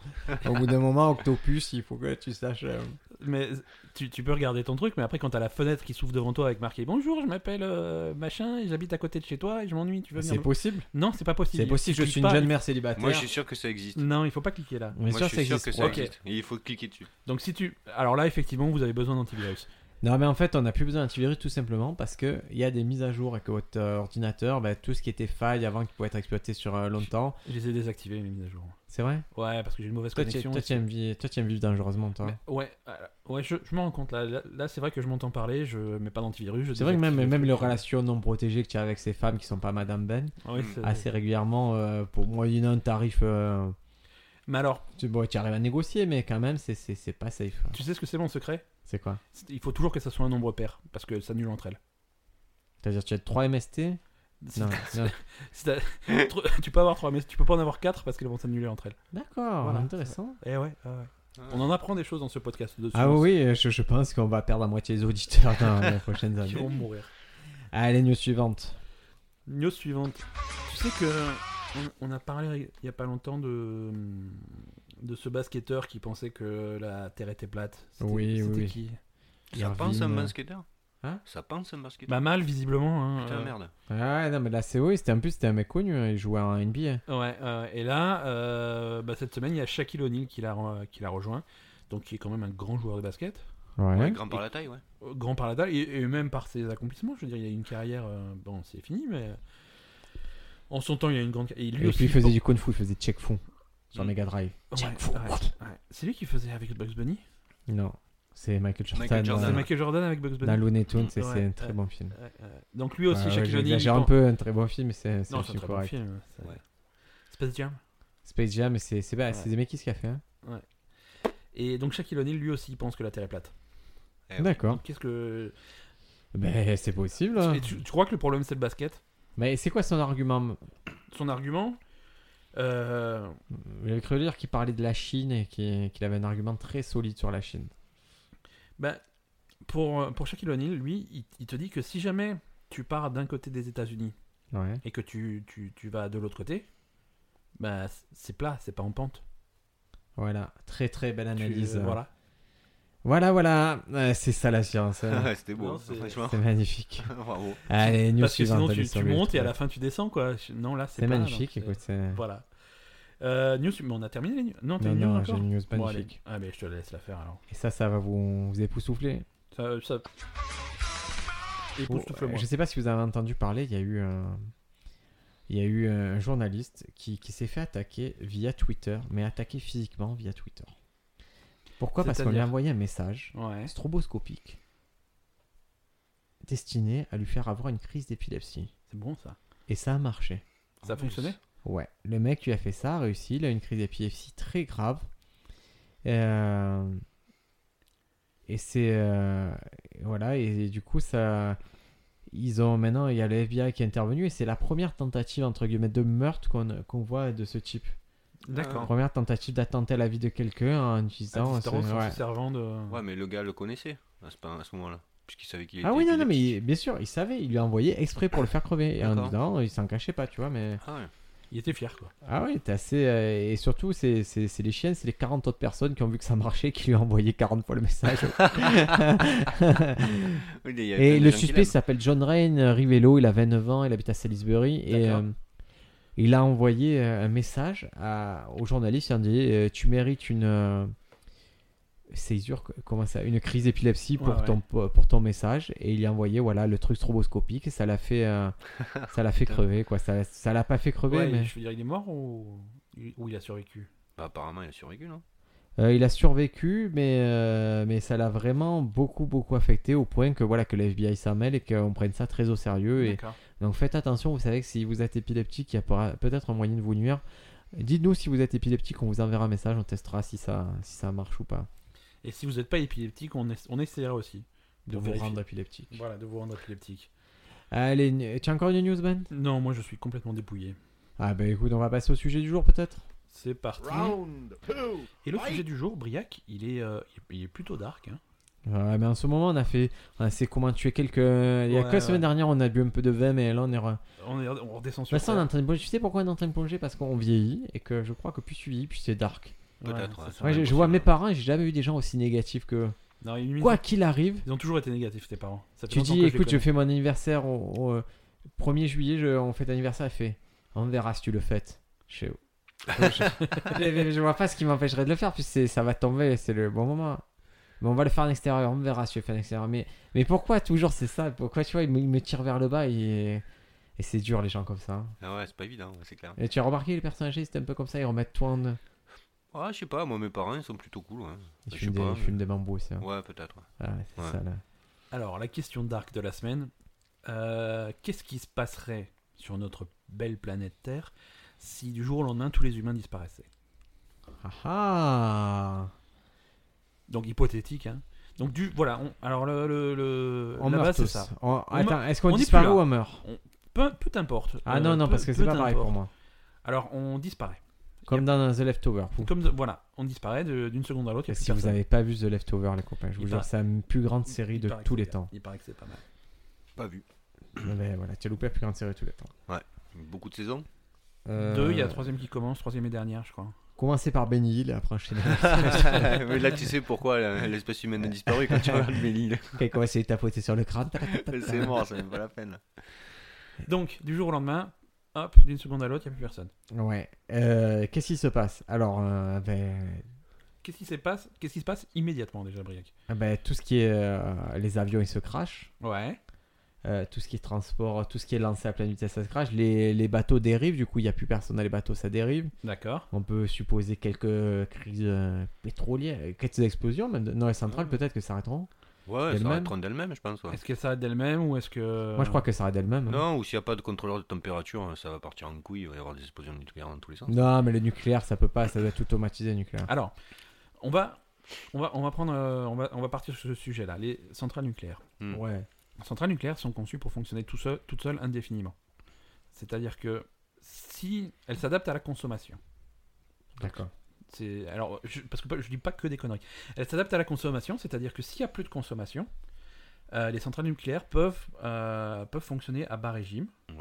Au bout d'un moment, Octopus, il faut que tu saches. euh,
Mais tu, tu peux regarder ton truc, mais après, quand t'as la fenêtre qui s'ouvre devant toi avec marqué Bonjour, je m'appelle euh, machin et j'habite à côté de chez toi et je m'ennuie, tu veux venir
C'est
me-
possible.
Non, c'est pas possible.
C'est possible. Je
Clique
suis une
pas.
jeune mère célibataire.
Moi, je suis sûr que ça existe.
Non, il faut pas cliquer là.
Mais
Moi,
sûr,
je suis sûr
existe.
que ça
Ok.
existe. Et il faut cliquer dessus.
Donc, si tu. Alors là, effectivement, vous avez besoin d'antivirus.
Non, mais en fait, on n'a plus besoin d'antivirus tout simplement parce que il y a des mises à jour et que votre euh, ordinateur, bah, tout ce qui était faille avant qui pouvait être exploité sur euh, longtemps.
Je les ai désactivés, mes mises à jour.
C'est vrai.
Ouais, parce que j'ai une mauvaise
Toi, tu
connexion.
toi, tu aimes vivre, toi, tu aimes vivre dangereusement, toi.
Mais- ouais, euh, ouais, je, je m'en rends compte. Là, là, là, c'est vrai que je m'entends parler, je mets pas d'antivirus. je
C'est vrai que même,
désactive
même
truc.
les relations non protégées que tu as avec ces femmes qui sont pas Madame Ben,
Ah oui, c'est-
assez régulièrement, euh, pour moyennant un tarif euh,
Mais alors,
Tu, bon, tu arrives à négocier, mais quand même, c'est- c'est c'est pas safe.
tu sais ce que c'est mon secret
C'est quoi
C'est- Il faut toujours que ça soit un nombre pair, parce que ça annule entre elles.
C'est-à-dire, tu as 3 MST
Si
Non, non.
Si t'as- tr- tu peux avoir trois, mais tu peux pas en avoir quatre parce qu'elles vont s'annuler entre elles.
D'accord,
Voilà.
intéressant.
Eh ouais, ah ouais. On en apprend des choses dans ce podcast. De
Ah oui, oui, je, je pense qu'on va perdre à moitié les auditeurs dans les prochaines
Qui vont
années.
mourir.
Allez, Ah, news suivante.
News suivante. Tu sais que on, on a parlé il y a pas longtemps de de ce basketteur qui pensait que la terre était plate. C'était-
Oui,
c'était
oui, oui.
qui
Ça pense un
Irvine. euh,
basketteur
Hein
Ça pense un basketteur
Bah mal visiblement. hein,
Putain,
euh,
merde.
Ah ouais, non, mais là, c'est oui, c'était un plus, c'était un mec connu, hein, il jouait en NBA.
Ouais. euh, et là, euh, bah, cette semaine, il y a Shaquille O'Neal qui l'a re- qui l'a rejoint, donc qui est quand même un grand joueur de basket.
Ouais.
Ouais, grand par la taille, ouais.
Euh, grand par la dalle et, et même par ses accomplissements. Je veux dire, il a une carrière, euh, bon, c'est fini, mais euh, en son temps, il a une grande. Et, lui
Et
aussi,
puis, il faisait
bon,
du kung fu, il faisait check fou sur
Mm.
Mega Drive.
ouais,
Jack Fu.
ouais, ouais. C'est lui qui faisait avec Bugs Bunny.
Non, c'est Michael Jordan.
Michael Jordan,
C'est
euh,
ouais.
Michael Jordan avec Bugs Bunny.
Dans Looney Tunes, c'est
Ouais,
c'est un
ouais.
très bon film.
Ouais, ouais. donc lui aussi,
Ouais, ouais,
Shaquille O'Neal.
J'exagère
il
un
pense-
peu, un très bon film, mais c'est c'est
Non,
un
c'est un
film
très bon
correct.
film. ça-
Ouais.
Space Jam.
Space Jam, c'est c'est bah,
Ouais.
c'est des mecs qui se fait. hein.
Et donc Shaquille O'Neal, lui aussi, il pense que la Terre est plate.
Eh oui.
D'accord.
Donc, Qu'est-ce que
Ben, c'est possible. hein.
Et tu, tu crois que le problème c'est le basket
Mais c'est quoi son argument
Son argument euh,
J'avais cru lire qu'il parlait de la Chine et qu'il qu'il avait un argument très solide sur la Chine.
Ben, pour, euh, pour Shaquille O'Neal, lui, il, il te dit que si jamais tu pars d'un côté des États-Unis
Ouais.
et que tu, tu, tu vas de l'autre côté, ben, c- c'est plat, c'est pas en pente.
Voilà, très très belle
Tu- euh,
analyse. euh,
voilà.
voilà, voilà. Euh, c'est ça la science. hein.
C'était beau,
Non, c'est-
franchement.
c'est magnifique.
Bravo.
Allez, news
Parce que
suivante.
sinon,
allez,
tu,
sur
tu
le-
montes et à la fin, tu descends. quoi. Non, là, c'est
C'est
pas,
magnifique,
donc,
écoute. c'est-
Voilà. Euh, news, mais on a terminé les news. Non, t'as
Non,
une news
non, j'ai
encore
une news
Bon, allez.
magnifique.
Ah, mais je te laisse la faire alors.
et ça, ça va vous, vous époustoufler.
Ça, ça...
Oh,
Époustoufle-moi.
Je sais pas si vous avez entendu parler, il y a eu un, il y a eu un journaliste qui, qui s'est fait attaquer via Twitter, mais attaqué physiquement via Twitter. Pourquoi Parce qu'on lui a
C'est-à-dire
envoyé un message
Ouais.
stroboscopique destiné à lui faire avoir une crise d'épilepsie.
C'est bon ça.
Et ça a marché.
Ça a fonctionné
Ouais, le mec lui a fait ça, a réussi, il a eu une crise d'épilepsie très grave. Euh, Et c'est. euh, Voilà, et, du coup, ça. ils ont maintenant il y a le FBI qui est intervenu et c'est la première tentative entre guillemets de meurtre qu'on qu'on voit de ce type. Euh,
Ah.
D'accord.
Première tentative d'attenter à la vie de quelqu'un en
À
disant
distance,
c'est-
en
ouais.
se servant de.
Ouais, mais le gars le connaissait à ce, à ce moment-là. Puisqu'il savait qu'il était.
Ah oui non
qu'il
non mais
était
il- bien sûr il savait il lui a envoyé exprès pour le faire crever et en
D'accord.
disant il s'en cachait pas tu vois mais
petit. Ah ouais.
Il était fier, quoi.
ah oui t'es assez euh, et surtout c'est c'est- c'est les chiens c'est les 40 autres personnes qui ont vu que ça marchait qui lui ont envoyé 40 fois le message
Oui, il y a plein
Et
de
le
gens qui
suspect
l'aiment.
s'appelle John Rain euh, Rivello, il a 29 ans, il habite à Salisbury et
D'accord.
euh, il a envoyé euh, un message à, au journaliste, il a dit euh, tu mérites une euh, césure, co- comment ça, une crise d'épilepsie pour
Ouais, ouais.
ton po- pour ton message et il a envoyé voilà le truc stroboscopique et ça l'a fait euh, ça l'a fait
Putain.
crever quoi, ça ça l'a pas fait crever
Ouais,
mais
je veux dire, il est mort ou, ou il a survécu
Bah, apparemment, il a survécu, non
Euh, il a survécu, mais, euh, mais ça l'a vraiment beaucoup, beaucoup affecté au point que voilà que le FBI s'en mêle et qu'on prenne ça très au sérieux. Et...
D'accord.
Donc faites attention, vous savez que si vous êtes épileptique, il y a pour- peut-être un moyen de vous nuire. Dites-nous si vous êtes épileptique, on vous enverra un message, on testera si ça, si ça marche ou pas.
Et si vous n'êtes pas épileptique, on, es- on essaiera aussi
De vous
vérifier.
rendre épileptique.
Voilà, de vous rendre épileptique.
Allez, n- tu as encore une news, Ben
Non, moi je suis complètement dépouillé.
Ah bah écoute, on va passer au sujet du jour peut-être
C'est parti. Et le sujet du jour, Briac, il est, euh, il est plutôt dark. hein.
Ouais, mais en ce moment, on a fait. On a fait comment tuer quelques. Il y a
Ouais,
que la semaine
ouais.
dernière, on a bu un peu de vin, mais là, on est. re-
On, est- on redescend sur
Vincent, on est
Terre.
en train de plonger. Tu sais pourquoi on est en train de plonger Parce qu'on vieillit et que je crois que plus tu vieillis, plus c'est dark.
Peut-être.
Ouais,
ouais,
c'est
ça
ça.
Ouais,
va
je,
être
je vois
possible.
mes parents, j'ai jamais vu des gens aussi négatifs que.
Non, ils,
Quoi qu'il arrive,
ils ont toujours été négatifs, tes parents. Ça fait
tu
longtemps
dis
que les
écoute, je
connais.
fais mon anniversaire au, au 1er juillet, je- on fait anniversaire, elle fait on verra si tu le fêtes. Je, oh. je, je- je vois pas ce qui m'empêcherait de le faire, puis c'est- ça va tomber, c'est le bon moment. Mais on va le faire en extérieur, on verra si je le fais en extérieur. Mais, mais pourquoi toujours c'est ça Pourquoi tu vois, ils me, ils me tirent vers le bas et, et c'est dur les gens comme ça. hein.
Ah ouais, c'est pas évident, ouais, c'est clair.
Et tu as remarqué les personnes âgées, c'était un peu comme ça, ils remettent toi en.
Ah, je sais pas, moi, mes parents, ils sont plutôt cool. Ouais,
Ils
Je
fument
sais
des,
pas,
ils fument des bambous aussi. hein.
Ouais, peut-être. ouais.
Ah, c'est
Ouais.
ça là.
Alors, la question dark de la semaine. Euh, Qu'est-ce qui se passerait sur notre belle planète Terre si du jour au lendemain tous les humains disparaissaient
Ah ah
Donc hypothétique, hein. Donc du voilà, on- alors le, le, le-
On
la
meurt
base c'est
tous.
ça.
On-
On
Attends, est-ce qu'on
on est
disparaît
plus là.
ou on meurt
Peu, peu importe.
Ah non, non, parce que c'est pas pareil pour moi.
Alors on disparaît.
Comme dans The Leftover. pouf.
Comme de- voilà, on disparaît de- d'une seconde à l'autre. y a plus
Si vous
personne.
avez pas vu The Leftover, les copains, je
Il
vous jure,
paraît-
c'est la plus grande
Il-
série
il
de
paraît que
tous
c'est
les
bien.
temps.
Il paraît que c'est pas mal.
Pas vu.
Mais voilà, tu as loupé la plus grande série de tous les temps.
Beaucoup de saisons
Euh,
Deux, il y a la troisième qui commence, troisième et dernière, je crois.
Commencez par Benny Hill, après enchaîner.
Mais là, tu sais pourquoi la- l'espèce humaine a disparu quand tu regardes mes lignes.
Et comment essayer de tapoter sur le crâne.
C'est mort, ça n'est pas la peine.
Donc du jour au lendemain, hop, d'une seconde à l'autre, il n'y a plus personne.
Ouais. Euh, Qu'est-ce qui se passe Alors, euh, ben,
Qu'est-ce qui se passe Qu'est-ce qui se passe immédiatement déjà, Briac
ben, tout ce qui est euh, les avions, ils se crachent.
Ouais.
Euh, tout ce qui est transport, tout ce qui est lancé à pleine vitesse, ça se crache. Les, les bateaux dérivent, du coup, il n'y a plus personne dans les bateaux, ça dérive.
D'accord.
On peut supposer quelques crises euh, pétrolières, euh, quelques explosions, même de- dans les centrales, peut-être que ça arrêteront.
Ouais, ça
D'elle-même.
rentre d'elle-même, je pense. ouais.
Est-ce qu'elle s'arrête d'elle-même ou est-ce que.
Moi, je crois que ça arrête d'elle-même. hein.
Non, ou s'il n'y a pas de contrôleur de température, ça va partir en couille, il va y avoir des explosions nucléaires dans tous les sens.
Non, mais le nucléaire, ça peut pas, ça doit être automatiser le nucléaire.
Alors, on va, on va, on va prendre, euh, on va, on va partir sur ce sujet-là. Les centrales nucléaires.
Mm.
Ouais.
Les centrales nucléaires sont conçues pour fonctionner tout seul, toutes seules indéfiniment. C'est-à-dire que si elles s'adaptent à la consommation.
D'accord.
C'est alors je, parce que pas- je dis pas que des conneries. Elles s'adaptent à la consommation, c'est-à-dire que s'il y a plus de consommation, euh, les centrales nucléaires peuvent euh, peuvent fonctionner à bas régime.
Ouais.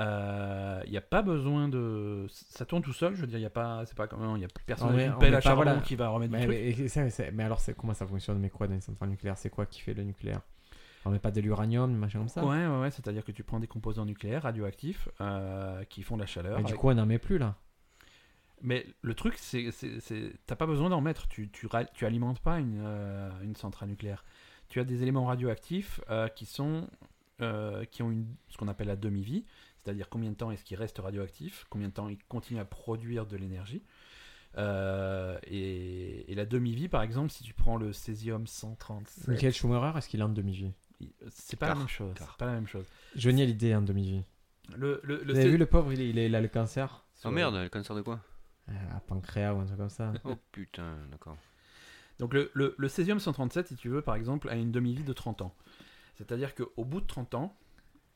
Euh, Il n'y a pas besoin de, ça tourne tout seul. Je veux dire, il y a pas, c'est pas comment, il y a plus personne,
On met-
une
on
pelle
met
à
pas,
charbon
voilà.
qui va remettre du
Mais,
truc.
mais- et ça, c'est- mais alors, c'est- comment ça fonctionne Mais quoi dans les centrales nucléaires C'est quoi qui fait le nucléaire On met pas de l'uranium, des machins comme ça
Ouais, ouais, ouais, c'est-à-dire que tu prends des composants nucléaires radioactifs euh, qui font de la chaleur.
Mais du
avec-
coup, on n'en met plus là.
Mais le truc, c'est c'est- c'est- t'as pas besoin d'en mettre. Tu, tu, ra- tu alimentes pas une, euh, une centrale nucléaire. Tu as des éléments radioactifs euh, qui sont euh, qui ont une, ce qu'on appelle la demi-vie, c'est-à-dire combien de temps est-ce qu'il reste radioactif, combien de temps il continue à produire de l'énergie. Euh, et, et la demi-vie, par exemple, si tu prends le césium 137,
Michael Schumacher, est-ce qu'il est en demi-vie
c'est pas la
Tard,
même chose.
tard.
c'est pas la même chose.
Je nie l'idée en demi-vie.
Le, le, le
Vous avez
cé-
vu le pauvre, il, est- il est- il a le cancer
Oh merde, le cancer de quoi
Euh, à pancréas ou un truc comme ça.
Oh putain, d'accord.
Donc le, le, le césium 137, si tu veux, par exemple, a une demi-vie de 30 ans. C'est-à-dire qu'au bout de 30 ans,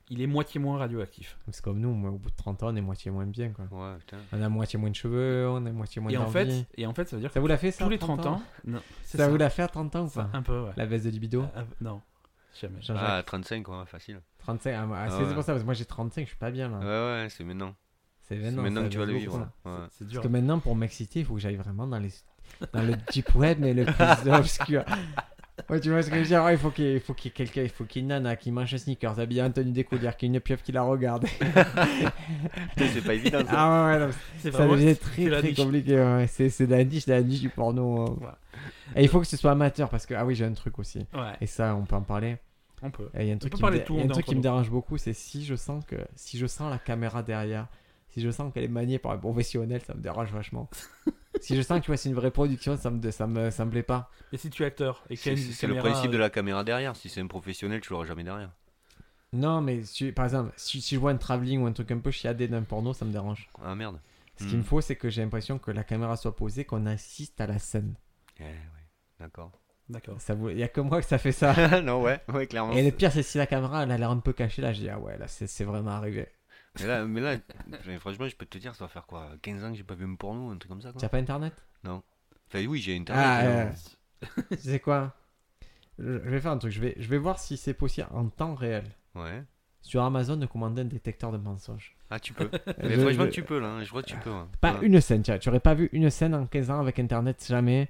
il est moitié moins radioactif.
C'est comme nous, moi, au bout de 30 ans, on est moitié moins bien. Quoi.
Ouais, putain.
On a moitié moins de cheveux, on a moitié moins
Et en,
d'envie.
fait, et en fait, ça veut dire que
ça vous l'a fait ça
tous les
30
30 ans. Non, c'est
Ça, vous l'a fait à 30 ans ou pas
Un peu, ouais.
La baisse de libido
Ah, non, jamais.
Jean-Jacques,
hein. Ah, 35, ouais, facile.
35. Ah, ah,
Ah
c'est
ouais. Ah
pour ça, parce que moi j'ai 35, je suis pas bien là.
Ouais, ouais, c'est maintenant.
C'est
C'est
maintenant,
maintenant
Eh ben ça
que tu vas le
baisse
vivre.
beaucoup,
ouais. Ouais.
C'est dur.
Parce que maintenant, pour m'exciter, il faut que j'aille vraiment dans, les... dans le deep web, mais le plus obscur. Ouais, tu vois ce que je veux dire Ouais, Il faut qu'il il faut qu'il y ait quelqu'un, il faut qu'il y ait une nana qui mange un sneakers, habillée en tenue découverte, qu'il y ait une pieuvre qui la regarde.
Putain, c'est pas évident ça.
ah ouais, ouais, non,
C'est
ça
vraiment.
devient
c'est
très
la
très
niche.
compliqué. ouais. C'est c'est la niche, la niche du porno. hein.
Voilà.
Et il faut que ce soit amateur, parce que, ah oui, j'ai un truc aussi.
Ouais,
Et ça, on peut en parler.
on peut.
Et Il Euh, y a un truc
peut
qui, me,
parler
dé-
de tout,
il y a
on
un
est
truc
entre
qui me
nous.
dérange beaucoup, c'est si je sens que si je sens la caméra derrière, si je sens qu'elle est maniée par un professionnel, ça me dérange vachement. si je sens que tu vois c'est une vraie production, ça me ça me ça me plaît pas.
Mais si tu es acteur et que
C'est c'est le principe de la caméra derrière. Si c'est un professionnel, tu l'auras jamais derrière.
Non, mais si- par exemple, si, si je vois un travelling ou un truc un peu chiadé d'un porno, ça me dérange.
Ah merde.
Ce
Hmm.
qu'il me faut, c'est que j'ai l'impression que la caméra soit posée, qu'on assiste à la scène.
Eh, ouais. D'accord.
D'accord.
Ça vous... Il y a que moi que ça fait ça.
non, ouais, ouais, clairement.
Et le pire, c'est si la caméra elle a l'air un peu cachée, là je dis ah ouais, là c'est c'est vraiment arrivé.
Mais là, mais là mais franchement, je peux te dire, ça va faire quoi 15 ans que j'ai pas vu un porno, un truc comme ça quoi.
Tu pas internet
Enfin, oui, j'ai
Ah,
internet.
ouais. Tu sais quoi je, je vais faire un truc, je vais, je vais voir si c'est possible en temps réel.
mais- ouais.
Sur Amazon, de commander un détecteur de mensonges.
Ah, tu peux.
Je-
mais franchement,
je-
tu peux là. hein. Je vois que tu peux. hein.
Pas
Ouais.
une scène, tu vois. Tu aurais pas vu une scène en 15 ans avec Internet, jamais.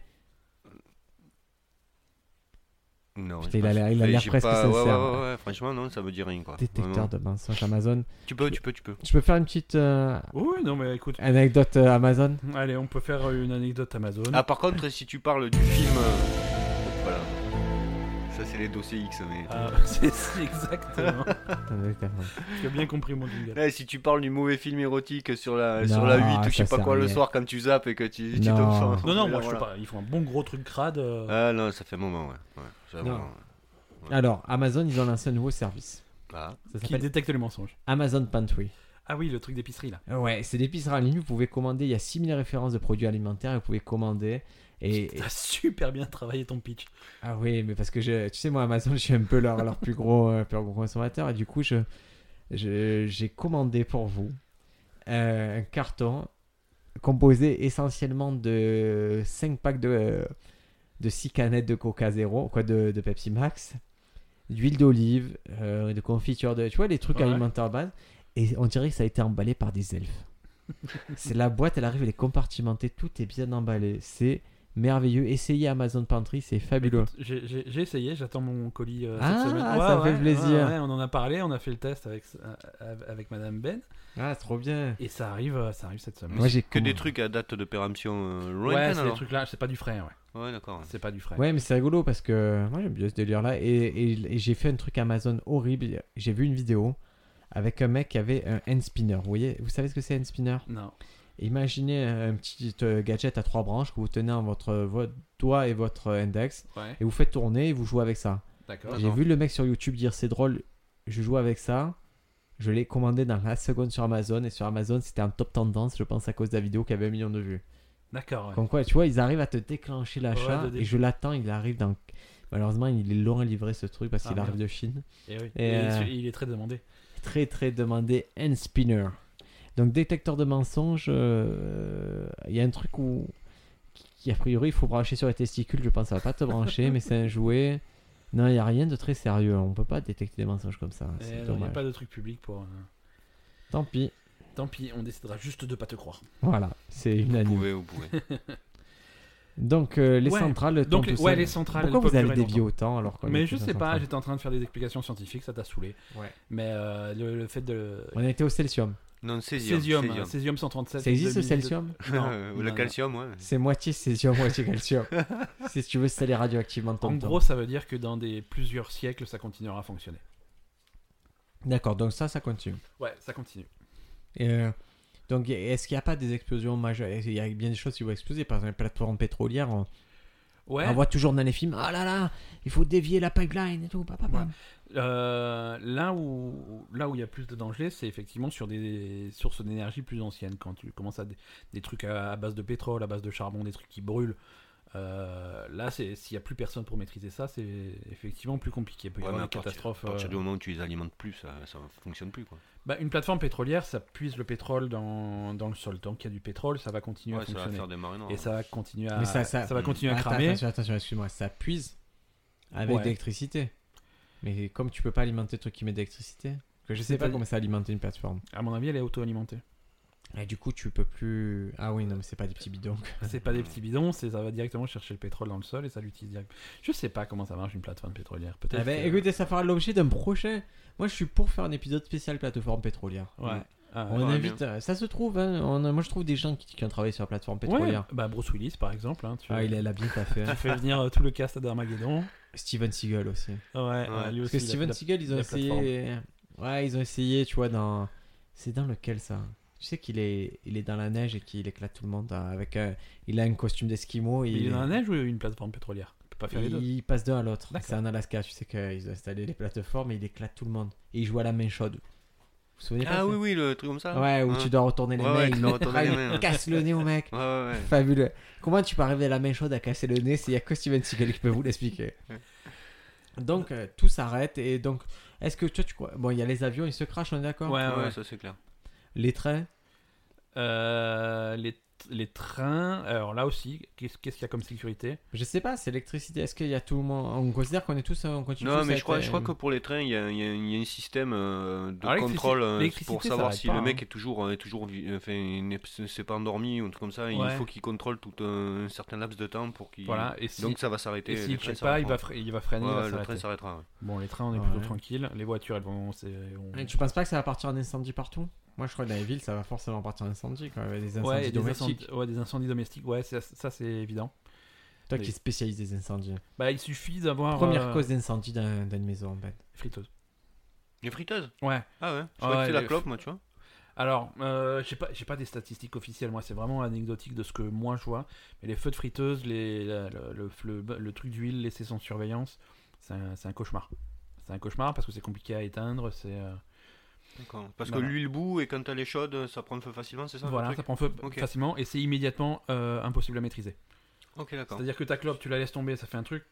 Non,
Putain,
j'ai
il a
pas-
l'air- il a
j'ai
l'air presque
pas- ouais,
sincère. hein.
Ouais, ouais, ouais, franchement, non, ça me dit rien quoi.
Détecteur
Vraiment.
de mensonges Amazon.
Tu peux, tu peux, tu peux.
Je peux faire une petite euh,
Oui, non, mais écoute.
anecdote euh, Amazon
Allez, on peut faire une anecdote Amazon.
Ah, par contre, si tu parles du film. euh, Voilà. Ça, c'est les dossiers X, mais.
Ah,
euh,
c'est c'est exactement. tu as bien compris mon jingle.
Ouais, Eh, si tu parles du mauvais film érotique sur la, sur
Non,
la 8 ou je
ça
sais pas
sert
quoi
à
le
rien.
soir quand tu zappes et que tu, tu
Non.
tombes sur
Non,
un-
non, moi
Voilà,
je sais
voilà.
pas. Ils font un bon gros truc crade. euh,
Ah non, ça fait un moment, ouais. ouais ça fait un
Non.
moment, ouais.
Alors, Amazon, ils ont lancé un nouveau service.
Ah.
Ça
qui
s'appelle
détecte les mensonges.
Amazon Pantry.
Ah oui, le truc d'épicerie là.
Ouais, c'est des pizzas en ligne. Vous pouvez commander. Il y a 6000 références de produits alimentaires. Vous pouvez commander. Et,
T'as super bien travaillé ton pitch.
Ah oui, mais parce que je, tu sais, moi, Amazon, je suis un peu leur, leur plus, gros, euh, plus gros consommateur. Et du coup, je, je- j'ai commandé pour vous euh, un carton composé essentiellement de 5 packs de, euh, de 6 canettes de Coca Zero, quoi, de, de Pepsi Max, d'huile d'olive, euh, de confiture, de, tu vois, les trucs
Ouais.
alimentaires base. Et on dirait que ça a été emballé par des elfes. C'est la boîte, elle arrive, elle est compartimentée, tout est bien emballé. C'est merveilleux. Essayez Amazon Pantry, c'est fabuleux.
J'ai- J'ai j'ai essayé, j'attends mon colis euh,
Ah,
cette semaine.
ça me fait plaisir.
ouais, on en a parlé, on a fait le test avec, euh, avec Madame Ben.
Ah, trop bien.
Et ça arrive, euh, ça arrive cette semaine.
Moi, j'ai
Que des
commandé.
trucs à date de péremption euh,
Ouais,
lointaine
c'est des
alors
trucs là, c'est pas du frais, ouais.
Ouais, d'accord.
C'est pas du frais.
Ouais, mais c'est rigolo parce que moi j'aime bien ce délire là. Et, et- et j'ai fait un truc Amazon horrible. J'ai vu une vidéo avec un mec qui avait un hand spinner. Vous voyez, vous savez ce que c'est hand spinner
Non.
Imaginez un petit euh, gadget à trois branches que vous tenez en votre, votre doigt et votre index
Ouais,
et vous faites tourner et vous jouez avec ça.
d'accord.
J'ai
Ah non.
vu le mec sur YouTube dire c'est drôle, je joue avec ça. Je l'ai commandé dans la seconde sur Amazon et sur Amazon c'était un top tendance, je pense à cause de la vidéo qui avait un million de vues.
D'accord, ouais.
Comme quoi, tu vois, ils arrivent à te déclencher l'achat
Ouais, de dé-
et je l'attends, il arrive dans. Malheureusement, il est long à livrer ce truc parce
Ah,
qu'il
merde.
arrive de Chine.
Et oui.
Et,
Et il-
euh,
il est très demandé.
Très très demandé, hand spinner. Donc, détecteur de mensonges, euh, il y a un truc où. qui a priori il faut brancher sur les testicules, je pense, ça va pas te brancher, mais c'est un jouet. Non, il n'y a rien de très sérieux, on peut pas détecter des mensonges comme ça,
Eh
c'est
non, Il n'y a
dommage.
pas de truc public pour. euh,
Tant pis,
Tant pis, on décidera juste de pas te croire.
voilà, c'est
Vous
unanime.
pouvez, vous pouvez.
Donc, euh, les
Ouais.
centrales, tant
Donc,
tout
ouais,
ça.
les centrales.
Pourquoi
elles
vous
peuvent
avez
durer
des vies autant alors qu'on
longtemps Mais
est
je
tous en
sais pas,
centrale
j'étais en train de faire des explications scientifiques, ça t'a saoulé.
Ouais.
Mais euh, le, le fait de.
On était au Celsium.
Non, césium.
Césium,
césium.
hein, césium 137.
Ça existe le
2002.
Celsium
Non,
Euh,
non,
le
non.
calcium, ouais.
C'est moitié césium, moitié calcium. si tu veux saler radioactivement
En
ton
gros, ça veut dire que dans des plusieurs siècles, ça continuera à fonctionner.
D'accord, donc ça, ça continue.
Ouais, ça continue.
Et, euh, donc, est-ce qu'il n'y a pas des explosions majeures Il y a bien des choses qui vont exploser. Par exemple, les plateformes pétrolières, on,
Ouais.
on voit toujours dans les films Ah là là, il faut dévier la pipeline et tout. pam, pam, pam.
Euh, là où là où il y a plus de danger, c'est effectivement sur des sources d'énergie plus anciennes. Quand tu commences à des, des trucs à, à base de pétrole, à base de charbon, des trucs qui brûlent, Euh, là, c'est- s'il n'y a plus personne pour maîtriser ça, c'est effectivement plus compliqué. Il peut y
Ouais,
avoir
mais
une
à partir-
catastrophe.
À partir
euh,
du moment où tu les alimentes plus, ça, ça fonctionne plus quoi.
bah, une plateforme pétrolière, ça puise le pétrole dans, dans le sol. Tant qu'il y a du pétrole, ça va continuer à
Ouais, ça va
fonctionner.
faire des marins
Et ça va continuer à,
Mais ça- ça-
va continuer à
Attends,
cramer.
Attention, attention, excuse-moi, ça puise avec
Ouais.
de l'électricité. Mais comme tu peux pas alimenter le truc qui met de l'électricité, que je sais pas
C'est-à-dire-
comment ça alimente une plateforme.
À mon avis, elle est auto-alimentée.
Et du coup, tu peux plus. Ah oui, non, mais c'est pas des petits bidons.
C'est pas des petits bidons, c'est ça va directement chercher le pétrole dans le sol et ça l'utilise directement. Je sais pas comment ça marche une plateforme pétrolière. Peut-être.
Ah ben,
que-
écoutez, ça fera l'objet d'un prochain. Moi, je suis pour faire un épisode spécial plateforme pétrolière.
Ouais. Ah,
On
Ouais,
invite. euh, Ça se trouve, hein, on a- moi je trouve des gens qui, qui ont travaillé sur la plateforme
ouais.
pétrolière.
Bah Bruce Willis par exemple. hein, tu
Ah, il a, il a bien taffé. hein.
tu fais venir euh, tout le cast d'Armageddon.
Steven Seagal aussi.
Ouais, ouais, lui
Parce
aussi.
que
il a fait
Steven
la-
Seagal, ils ont
la
essayé. Ouais, ils ont essayé, tu vois, dans. C'est dans lequel ça Tu sais qu'il est, il est dans la neige et qu'il éclate tout le monde. hein, avec un- Il a un costume d'esquimau. et
Mais il est dans la
est-
neige ou une plateforme pétrolière On peut pas faire les deux.
Il passe d'un à l'autre.
D'accord.
C'est en Alaska, tu sais qu'ils ont installé les plateformes et il éclate tout le monde. Et il joue à la main chaude. Vous vous souvenez pas
Ah
de
oui,
ça
oui, le truc comme ça.
Ouais, où
Hein.
tu dois retourner les
Ouais,
mains.
ouais,
il
tu dois retourner
ah,
les
il
mains, ouais.
casse le nez au mec.
Ouais, ouais, ouais.
Fabuleux. Comment tu peux arriver à la main chaude à casser le nez s'il n'y a que Steven Seagal qui peut vous l'expliquer Donc, euh, tout s'arrête. Et donc, est-ce que toi, tu crois. Bon, il y a les avions, ils se crachent, on est d'accord
Ouais,
Ouais,
ouais.
Ah ouais, ça c'est clair.
Les trains.
Euh, les, les trains. Alors là aussi, qu'est-ce qu'est-ce qu'il y a comme sécurité
Je sais pas, c'est l'électricité. Est-ce qu'il y a tout le monde. On considère qu'on est tous. On continue
Non,
tous à
mais je
être,
crois, je
euh,
crois que pour les trains, il y a, il y a- il y a un système euh, de
Alors, l'électrici-
contrôle euh,
l'électricité,
pour
ça
savoir
arrête
si
pas,
le mec
hein.
est toujours, euh, est toujours, vi- enfin, il n'est- se- s'est pas endormi ou un truc comme ça.
Ouais.
Il faut qu'il contrôle tout un, certain laps de temps pour qu'il.
Voilà. Et si-
Donc ça va s'arrêter.
et
les
s'il ne
trains,
check
ça va
pas, il va,
prendre.
fre- il va freiner, il va
Ouais, le train
s'arrêter.
s'arrêtera. ouais.
Bon, les trains, on est plutôt
Ouais.
tranquille. Les voitures, elles vont. c'est- on-
Tu penses pas que ça va partir en incendie partout Moi, je crois que dans les villes, ça va forcément partir en incendie. Quoi. avec Des incendies
Ouais, et des
domestiques.
incendi- ouais, des incendies domestiques, ouais, ça, ça, c'est évident.
Toi
des-
qui spécialise des incendies.
Bah, il suffit
Oh,
d'avoir.
Première
euh,
cause d'incendie d'un- d'une maison, en fait.
Friteuse.
Les friteuses
Ouais.
Ah ouais. Je
Ouais,
crois que c'est la
les-
clope, moi, tu vois.
Alors, euh, j'ai pas, j'ai pas des statistiques officielles, moi, c'est vraiment anecdotique de ce que moi je vois. Mais les feux de friteuse, les, la- le, le, le- le truc d'huile laissé sans surveillance, c'est un, c'est un cauchemar. C'est un cauchemar parce que c'est compliqué à éteindre, c'est. euh,
D'accord. Parce
Voilà.
que l'huile boue et quand elle est chaude, ça prend le feu facilement, c'est ça le
voilà,
truc
ça prend feu
Ok.
facilement et c'est immédiatement euh, impossible à maîtriser.
Ok, d'accord.
C'est-à-dire que ta clope, tu la laisses tomber, ça fait un truc,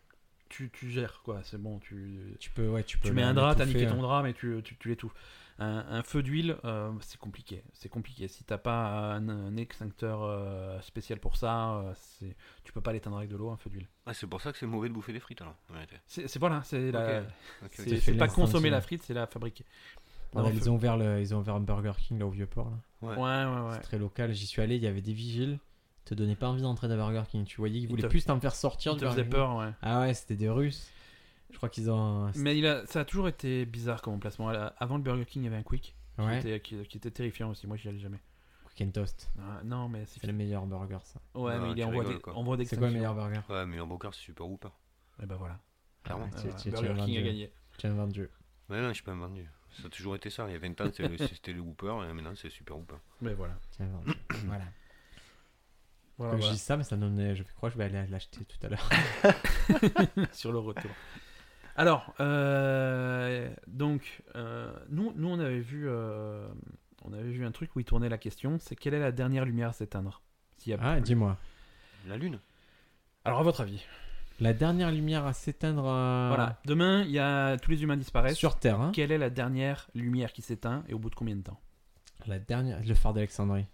tu, tu gères, quoi, c'est bon, tu.
Tu peux, ouais, tu peux.
Tu mets un drap, t'as niqué
l'étouffer,
ton drap, mais tu, tu, tu l'étouffes. Un, un feu d'huile, euh, c'est compliqué. C'est compliqué. Si t'as pas un, un extincteur euh, spécial pour ça, euh, c'est- tu peux pas l'éteindre avec de l'eau, un feu d'huile.
Ah, c'est pour ça que c'est mauvais de bouffer des frites alors. en vérité.
C'est c'est- voilà, c'est la-
Ok, Ok, ok.
c'est-
fait
c'est pas
l'instant,
consommer
ça.
la frite, c'est la fabriquer.
Ouais,
Non,
ils,
feu-
ont ouvert le, ils ont ouvert un Burger King là au Vieux-Port. là.
Ouais, ouais,
C'est
ouais.
très local. J'y suis allé, il y avait des vigiles. Ils te donnaient pas envie d'entrer dans Burger King. Tu voyais qu'ils
Ils
voulaient
te-
plus t'en faire sortir
Ça
du
te faisait
Burger King.
peur, ouais.
Ah ouais, c'était des Russes. Je crois qu'ils ont.
Mais il a, ça a toujours été bizarre comme emplacement. Elle a- Avant le Burger King, il y avait un Quick qui,
Ouais.
était, qui- qui était terrifiant aussi. Moi, j'y allais jamais.
Quick and Toast.
Ah, non, mais
C'est
c'est.
le meilleur burger ça.
Ouais, mais
Non,
il
tu
est en voie
rigoles,
d'ex-
quoi.
en voie
C'est quoi le
d'extinction.
meilleur burger
Ouais, mais un burger, c'est super ou pas
Et ben voilà.
Clairement.
Ah, tu-
Voilà.
tu- tu as
euh, Burger King a
vendu.
gagné.
Tu as vendu.
Ouais, non, je suis pas vendu. Ça a toujours été ça. Il y a 20 ans, c'était le, c'était le Whooper, et maintenant, c'est Super Whooper.
Mais voilà.
Tu as vendu. voilà.
Ah Voilà,
Quand je
voilà.
dis ça, mais ça me donne. euh, Je crois que je vais aller l'acheter tout à l'heure.
sur le retour. Alors, euh, donc, euh, nous, nous, on avait vu, euh, on avait vu un truc où il tournait la question, c'est quelle est la dernière lumière à s'éteindre S'il y a
Ah,
plus.
dis-moi.
La Lune
Alors, à votre avis
La dernière lumière à s'éteindre. euh,
Voilà, demain, il y a tous les humains disparaissent.
Sur Terre, hein.
Quelle est la dernière lumière qui s'éteint et au bout de combien de temps
La dernière, le phare d'Alexandrie.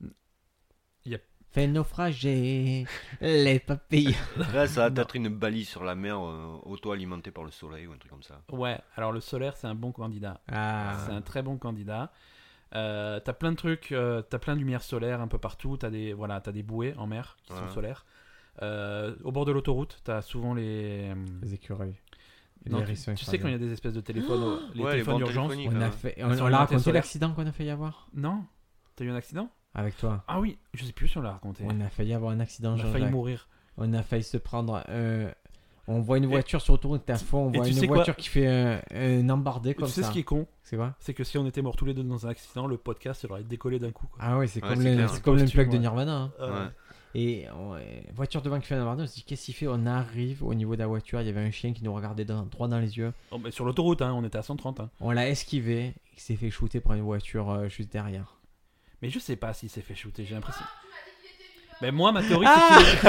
Mm. Yep.
Fait naufrager les papillons.
Là, ça être une balise sur la mer euh, auto-alimentée par le soleil ou un truc comme ça.
Ouais, alors le solaire, c'est un bon candidat.
Ah,
C'est un très bon candidat. Euh, t'as plein de trucs, euh, t'as plein de lumière solaire un peu partout, t'as des, voilà, t'as des bouées en mer qui sont
Ouais.
solaires. Euh, au bord de l'autoroute, t'as souvent les.
les écureils. Et
Non,
les Ah
tu,
hérissons,
tu sais quand il y a des espèces de téléphones, euh, les
Ouais, les
téléphones
bornes
d'urgence.
téléphoniques.
On a
euh,
fait,
elles sont
on, on l'a
alimentées
raconté
solaire.
l'accident qu'on a failli avoir
Non T'as eu un accident
avec toi.
Ah oui, je sais plus si on l'a raconté.
On a failli avoir un accident.
On a failli
Jean-Jacques.
mourir.
On a failli se prendre. euh, on voit une voiture sur le tour, t'es à fond. On
et
voit
tu
une
sais quoi
voiture qui fait un, un embardé
Tu
comme
sais
ça.
ce qui est con
C'est quoi
C'est que si on était morts tous les deux dans un accident, le podcast aurait décollé d'un coup. quoi.
Ah ouais, c'est
Ouais,
comme
c'est
le-
clair.
c'est comme
Posthume,
l'unplug de
ouais.
Nirvana. hein.
Euh,
Ah. Ouais.
Et on- euh, voiture devant qui fait un embardé, on se dit qu'est-ce qu'il fait On arrive au niveau de la voiture, il y avait un chien qui nous regardait dans- droit dans les yeux.
oh, mais sur l'autoroute, hein, on était à 130. hein.
On l'a esquivé, il s'est fait shooter par une voiture euh, juste derrière.
Mais je sais pas s'il s'est fait shooter, j'ai l'impression. Mais moi, ma théorie,
Ah
c'est qu'il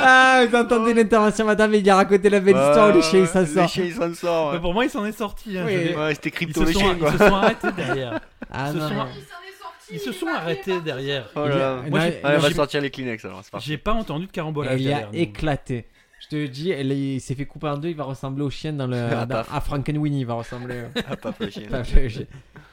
Ah, vous entendez l'intervention, madame, il a raconté la belle histoire, le chien il s'en
Le
sort.
chien, il s'en sort.
Mais
ouais.
pour moi, il s'en est sorti. hein,
Oui.
je veux dire.
Ouais, c'était
Ils,
crypto
se
le
sont,
chien,
ils
quoi.
se sont arrêtés derrière.
Ah
Ce
non.
soir-
Il s'en est sorti.
Ils
il
se
est
sont
marié,
arrêtés
parti.
derrière.
Il
Oh
y a-
là là.
non,
Moi,
il-
j'ai-
Allez, on
non,
va
j'ai-
sortir les Kleenex alors, c'est parti.
J'ai pas entendu de carambolage.
il a
derrière, donc.
éclaté. Je te dis, elle- il s'est fait couper en deux, il va ressembler au chien dans le.
Ah,
dans-
paf.
à Frankenweenie, il va ressembler. euh,
Ah, pas pour le chien.
Enfin, je- je-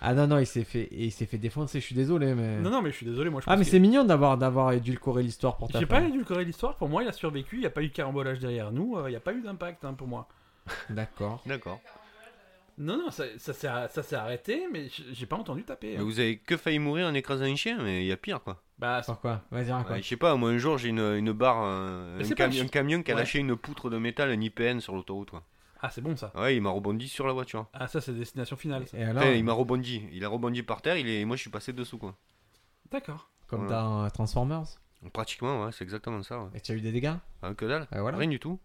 ah non, non, il s'est fait, il s'est fait défoncer, je suis désolé, mais.
Non, non, mais je suis désolé, moi je
ah, mais
pense que-
c'est mignon d'avoir, d'avoir édulcoré l'histoire pour ta
J'ai pas
femme.
édulcoré l'histoire, pour moi il a survécu, il n'y a pas eu de carambolage derrière nous, euh, il n'y a pas eu d'impact hein, pour moi.
D'accord.
D'accord.
Non, non, ça, ça, s'est- ça s'est arrêté, mais j- j'ai pas entendu taper.
Mais
hein.
vous avez que failli mourir en écrasant un chien, mais il y a pire quoi.
Bah, c'est-
Pourquoi Vas-y, raconte.
Ouais, je sais pas, moi un jour j'ai une, une barre, un,
Mais
un
c'est pas
cami-
le
un camion qui a
Ouais.
lâché une poutre de métal, un IPN sur l'autoroute. quoi.
Ah, c'est bon ça.
Ouais, il m'a rebondi sur la voiture.
Ah, ça c'est destination finale. ça.
Et alors,
Enfin, il m'a rebondi, il a rebondi par terre, il est... moi je suis passé dessous quoi.
D'accord.
comme dans euh, Transformers,
Pratiquement, ouais, c'est exactement ça. Ouais.
et tu as eu des dégâts
Ah, que dalle,
Ah, voilà.
rien du tout.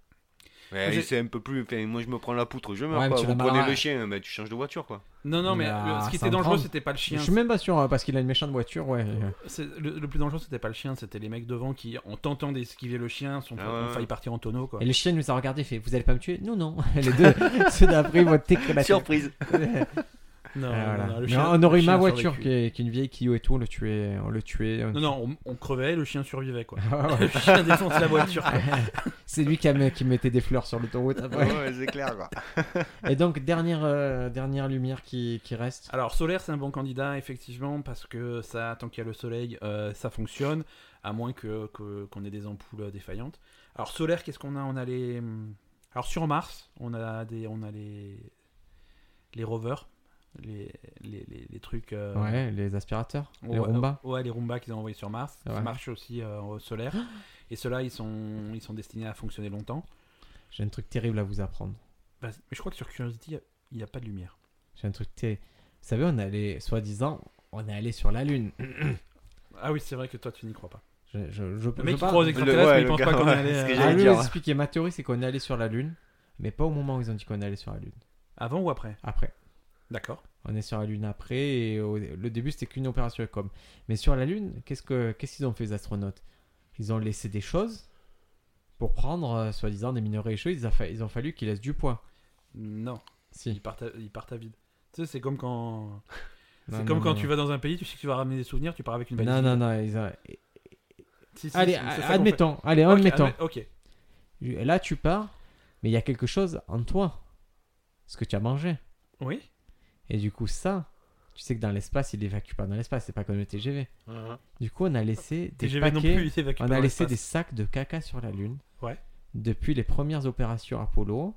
Mais
Vous
il
êtes-
s'est un peu plus. enfin, moi je me prends la poutre, je meurs
Ouais, mais
pas.
tu
Vous
l'as
prenez
marre-
le chien, mais tu changes de voiture quoi.
Non, non, mais
Nah,
euh, ce qui
ça
était
me
dangereux
prend.
c'était pas le
Je
chien.
suis même pas sûr, euh, parce qu'il a une méchante voiture, ouais.
C'est- Le, le plus dangereux c'était pas le chien, c'était les mecs devant qui, en tentant d'esquiver le chien, sont
Ah,
ont
ouais.
failli partir en tonneau quoi.
Et le chien nous a regardé, fait Vous allez pas me tuer Non, non. Les deux, ceux d'après, ils vont t'éclater.
Surprise
Non,
Ah, voilà.
non, non, le
Mais
chien-
on
le
aurait eu
chien
ma
a
voiture
survécu.
qui est, qui est une vieille Clio et tout, on le tuait. On le tuait on-
Non, non, on, on crevait, le chien survivait quoi.
Ah ouais.
le chien défonce la voiture.
Ah.
quoi.
C'est lui qui, a me- qui mettait des fleurs sur l'autoroute
Ouais,
après.
c'est clair quoi.
Et donc, dernière, euh, dernière lumière qui, qui reste.
Alors solaire c'est un bon candidat effectivement parce que ça tant qu'il y a le soleil euh, ça fonctionne à moins que que- qu'on ait des ampoules euh, défaillantes. Alors solaire qu'est-ce qu'on a On a les hum, alors sur Mars on a des on a les les rovers les les, les- les trucs euh,
Ouais, les aspirateurs, les
ouais,
Roomba.
euh, ouais, les Roomba qu'ils ont envoyés sur Mars
Ouais.
ça marche aussi euh, au solaire et ceux-là ils sont ils sont destinés à fonctionner longtemps.
J'ai un truc terrible à vous apprendre.
Bah, mais je crois que sur Curiosity il n'y a, pas de lumière.
J'ai un truc terrible. Vous savez, on est allé, soi-disant, on est allé sur la Lune.
Ah oui c'est vrai que toi tu n'y crois pas.
Je, je, je,
Le
je
mec qui
parle-
croit aux extraterrestres
ouais,
mais il
le
pense
gars,
pas qu'on est
ouais,
allé,
c'est ce que
euh,
Ah,
j'allais
je vais
dire,
vous
ouais.
expliquer. Ma théorie, c'est qu'on est allé sur la Lune, mais pas au moment où ils ont dit qu'on est allé sur la Lune.
avant ou après
Après.
D'accord.
On est sur la Lune après, et au- le début, c'était qu'une opération com. Mais sur la Lune, qu'est-ce que- qu'est-ce qu'ils ont fait, les astronautes Ils ont laissé des choses pour prendre, euh, soi-disant, des minerais chauds. Ils, ont fa- ils ont fallu qu'ils laissent du poids.
Non, ils
Si.
partent à, ils partent à vide. Tu sais, c'est comme quand,
Non,
c'est comme
non,
quand
non.
tu vas dans un pays, tu sais que tu vas ramener des souvenirs, tu pars avec une valise.
Non,
vide.
non, non. ils ont-
Si, si,
Allez,
c'est- c'est ça qu'on
admettons. Allez,
fait. Ok,
admettons.
admet- Ok.
Là, tu pars, mais il y a quelque chose en toi. Ce que tu as mangé.
Oui.
Et du coup, ça, tu sais que dans l'espace, il évacue pas dans l'espace, c'est pas comme le TGV. Du coup, on a laissé des
TGV
paquets,
non plus, il s'évacue pas
on a
dans
laissé des
l'espace.
sacs de caca sur la Lune.
Ouais.
Depuis les premières opérations Apollo.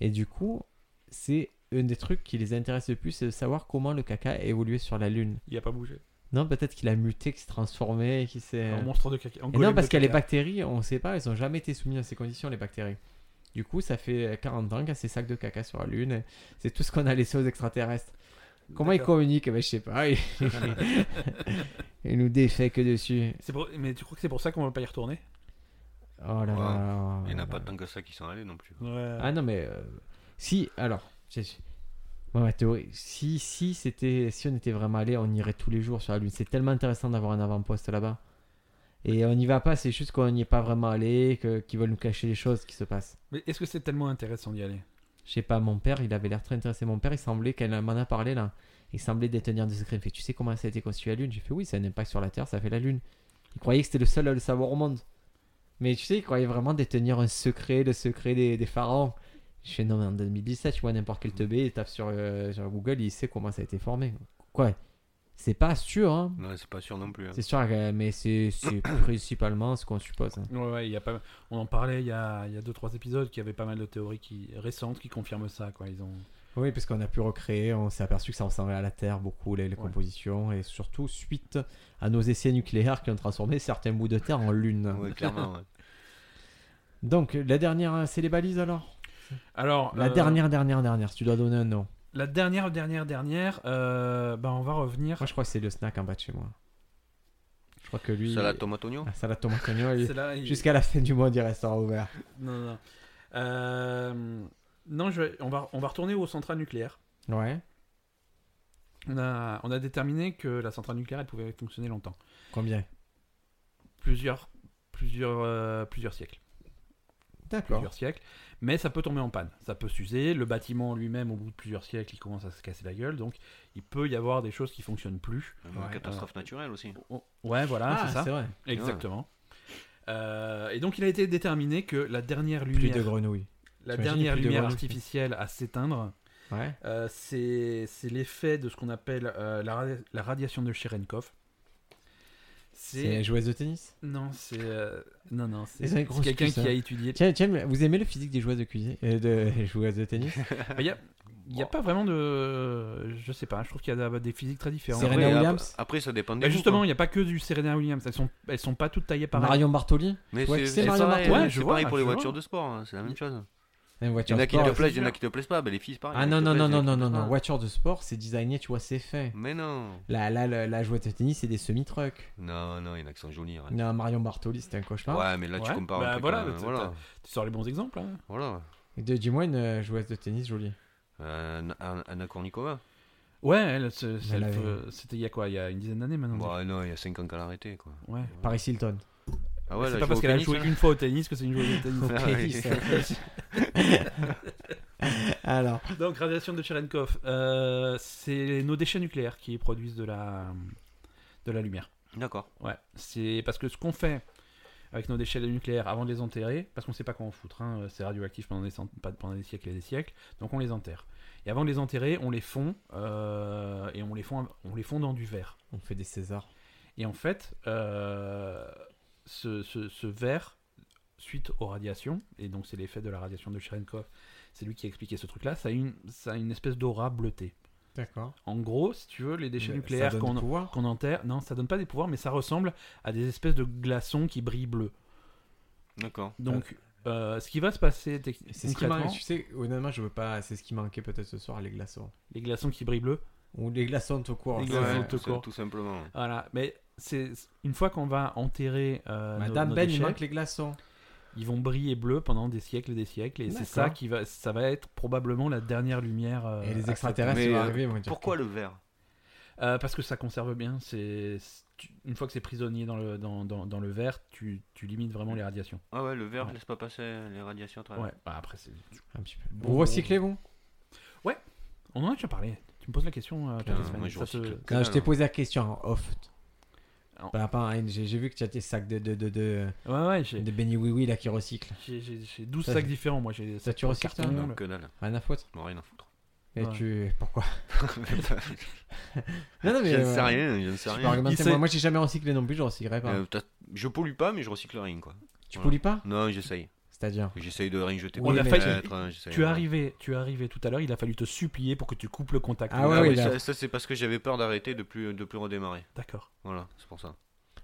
Et du coup, c'est un des trucs qui les intéresse le plus, c'est de savoir comment le caca a évolué sur la Lune.
Il a pas bougé.
Non, peut-être qu'il a muté, qu'il s'est transformé, qu'il s'est...
Un monstre de caca. un
Et
golem
Euh. non,
de
parce qu'il y a les
hein.
caca.
bactéries, on ne sait pas, elles n'ont jamais été soumises à ces conditions, les bactéries. Du coup, ça fait 40 ans qu'il y a ces sacs de caca sur la Lune. et C'est tout ce qu'on a laissé aux extraterrestres. Comment ils
D'accord.
communiquent ben, Je sais pas. Ils ils nous défèquent dessus.
C'est pour- Mais tu crois que c'est pour ça qu'on va pas y retourner
Oh là
Ouais.
là.
Il n'y en
là
a pas
là.
tant que ça qui sont allés non plus.
Ouais.
Ah non, mais. euh, Si, alors. j'ai- Moi, ma théorie. Si, si, c'était... si on était vraiment allé, on irait tous les jours sur la Lune. C'est tellement intéressant d'avoir un avant-poste là-bas. Et on n'y va pas, c'est juste qu'on n'y est pas vraiment allé, que- qu'ils veulent nous cacher les choses qui se passent.
Mais est-ce que c'est tellement intéressant d'y aller
Je sais pas, mon père, il avait l'air très intéressé. Mon père, il semblait, qu'elle m'en a parlé là, il semblait détenir des secrets. Il fait, tu sais comment ça a été conçu la Lune J'ai fait, oui, ça a un impact sur la Terre, ça fait la Lune. Il croyait que c'était le seul à le savoir au monde. Mais tu sais, il croyait vraiment détenir un secret, le secret des, des pharaons. Je fais, non, mais en 2017, tu vois, n'importe quel teubé, il tape sur, euh, sur Google, il sait comment ça a été formé. Quoi C'est pas sûr, hein
Non, c'est pas sûr non plus. hein.
C'est sûr, euh, mais c'est c'est principalement ce qu'on suppose. hein.
Ouais, ouais, il y a pas... On en parlait il y a 2-3 épisodes, qu'il y avait pas mal de théories qui... récentes qui confirment ça. Quoi. Ils ont...
Oui, parce qu'on a pu recréer, on s'est aperçu que ça ressemblait à la Terre beaucoup, les, les
Ouais.
compositions, et surtout suite à nos essais nucléaires qui ont transformé certains bouts de Terre en Lune.
Ouais, clairement. ouais.
Donc, la dernière, euh, c'est les balises alors
Alors,
La
euh,
dernière, dernière, dernière, si tu dois donner un nom.
La dernière, dernière, dernière, euh, ben, on va revenir
Moi, je crois que c'est le snack en bas de chez moi. Je crois que lui.
Ça, la tomate oignon
Ah, salade tomate oignon, elle-
C'est là, il-
Jusqu'à la fin du monde, il restera ouvert.
Non, non, non. Euh, non, je vais- on, va, on va retourner aux centrales nucléaires.
Ouais.
On a, on a déterminé que la centrale nucléaire, elle pouvait fonctionner longtemps.
Combien
plusieurs, plusieurs, euh, plusieurs siècles.
D'accord.
plusieurs siècles. Mais ça peut tomber en panne, ça peut s'user. Le bâtiment lui-même, au bout de plusieurs siècles, il commence à se casser la gueule. Donc, il peut y avoir des choses qui fonctionnent plus.
Une catastrophe naturelle aussi.
Oh, Ouais, voilà, c'est ça.
Ah, c'est vrai.
Exactement. Euh, et donc, il a été déterminé que la dernière
Pluie
lumière,
de grenouilles.
la
T'imagines
dernière
les pluies de
lumière
grenouilles.
artificielle à s'éteindre,
Ouais.
euh, c'est c'est l'effet de ce qu'on appelle euh, la, ra- la radiation de Cherenkov.
C'est la
C'est
joueuse de tennis.
non, c'est euh, non, non, c'est
Ils ont une
c'est
grosse
quelqu'un
cuisse,
qui
hein.
a étudié.
Tiens, tiens, mais vous aimez le physique des joueuses de cuisine, euh, de joueuses de tennis
Il y a, y a pas vraiment de. Je sais pas, je trouve qu'il y a des physiques très différentes.
Serena
Après,
ap-
Williams
Après, ça dépend des
bah
goûts,
justement,
quoi.
il n'y a pas que du Serena Williams. Elles sont, elles sont pas toutes taillées pareil.
Marion Bartoli
Mais
Ouais,
c'est-
c'est
c'est
Marion
pareil,
Martin. Ouais, je
c'est
vois,
pareil pour les
je
voitures
vois.
de sport, hein, c'est la même chose.
Une
Il y
voiture
en
de
a qui
sport.
te plaisent, il y en a qui te plaisent pas, bah, les filles, c'est pareil.
Ah
il y en
non,
a qui
non,
te
non,
plaisent, il y en
non,
a qui
non,
te
non,
plaisent
non.
pas.
Voiture de sport, c'est designé, tu vois, c'est fait.
Mais non.
Là, là, le- la joueuse de tennis, c'est des semi-trucks.
Non, non, il y en a qui sont jolis. arrête.
Non, Marion Bartoli, c'était un cauchemar.
Ouais, mais là, tu
Ouais.
compares
Bah,
un truc,
voilà,
euh,
le-
voilà.
Tu sors les bons exemples. hein.
Voilà.
Et de- Dis-moi une euh, joueuse de tennis jolie.
Euh, Anna- Anna Kournikova
Ouais, elle, c'est- c'est-
Elle
elle
avait-
peut- c'était il y a quoi Il y a une dizaine d'années maintenant.
Bah non, il y a 5 ans qu'elle a arrêté, quoi.
Ouais.
Paris Hilton.
Ah ouais,
c'est
là,
pas parce qu'elle a joué une fois au tennis hein. que c'est une joueuse de tennis.
Ah,
Tennis. Alors,
Donc, radiation de Cherenkov, euh, c'est nos déchets nucléaires qui produisent de la, de la lumière.
D'accord.
Ouais, c'est parce que ce qu'on fait avec nos déchets nucléaires avant de les enterrer, parce qu'on sait pas quoi en foutre, hein, euh, c'est radioactif pendant des, cent- pas- pendant des siècles et des siècles, donc on les enterre. Et avant de les enterrer, on les fond euh, et on les fond, on les fond dans du verre.
on fait des Césars.
Et en fait, euh, ce, ce- ce verre, suite aux radiations, et donc c'est l'effet de la radiation de Cherenkov, c'est lui qui a expliqué ce truc-là, ça a une, ça a une espèce d'aura bleutée.
D'accord.
En gros, si tu veux, les
Euh,
déchets nucléaires qu'on
pouvoir.
qu'on enterre. Non, ça donne pas des pouvoirs, mais ça ressemble à des espèces de glaçons qui brillent bleu.
D'accord.
Donc, euh, ce qui va se passer tec-
C'est ce qui manque.
concrètement,
Tu sais, honnêtement, je veux pas. C'est ce qui manquait peut-être ce soir, les glaçons.
les glaçons qui brillent bleu.
Ou les glaçons tout court.
Les
ça,
glaçons
ouais.
tout court.
c'est tout simplement.
Voilà, mais c'est une fois qu'on va enterrer euh, nos-
Madame
nos
Ben, il
déchets,
manque les glaçons.
ils vont briller bleu pendant des siècles et des siècles, et c'est
D'accord.
ça qui va, ça va être probablement la dernière lumière. euh,
Et les
à-
extraterrestres,
mais,
ils vont
euh,
arriver. ils vont dire
Pourquoi
que-
le verre
Euh, parce que ça conserve bien. C'est c'est- tu- une fois que c'est prisonnier dans le dans, dans- dans le verre, tu, tu limites vraiment les radiations.
Ah ouais, le verre
Ouais.
laisse pas passer les radiations à travers.
Ouais. bah après, c'est-
Un petit peu.
Bon,
Vous recyclez, vous
on en a déjà parlé. Tu me poses la question. euh, toutes les
Putain,
semaines.
moi, je
Ça te-
recycle. Que
Non,
dalle,
Ah, je t'ai
hein.
posé la question en off.
Non.
Par rapport à une- j'ai j'ai vu que tu as tes sacs de, de, de, de,
Ouais, ouais, j'ai-
de Benny Oui Oui là qui recyclent.
J'ai- J'ai j'ai 12
Ça,
sacs
c'est-
différents, moi. J'ai
Ça, tu recycles,
cartons,
toi
Non,
le-
que dalle.
Rien à foutre.
Bon, rien à foutre.
Et
Ouais.
tu. Pourquoi
J'en
Non, non, mais. euh,
sais rien, j'en sais
tu peux
rien.
argumenter.
Il sait-
Moi, moi, j'ai jamais recyclé non plus, je recyclerai pas.
Euh, t'as- Je pollue pas, mais je recycle rien, quoi.
tu
voilà.
pollues pas
Non, j'essaye.
C'est-à-dire.
J'essaye de rien jeter.
On
pour
a
les
failli-
fenêtres, hein,
euh,
j'essaye,
Tu es
voilà.
arrivé, tu es arrivé tout à l'heure. Il a fallu te supplier pour que tu coupes le contact.
Ah ouais,
Ah
ouais,
oui,
il a-
ça, ça, c'est parce que j'avais peur d'arrêter de plus, de plus redémarrer.
D'accord.
Voilà, c'est pour ça.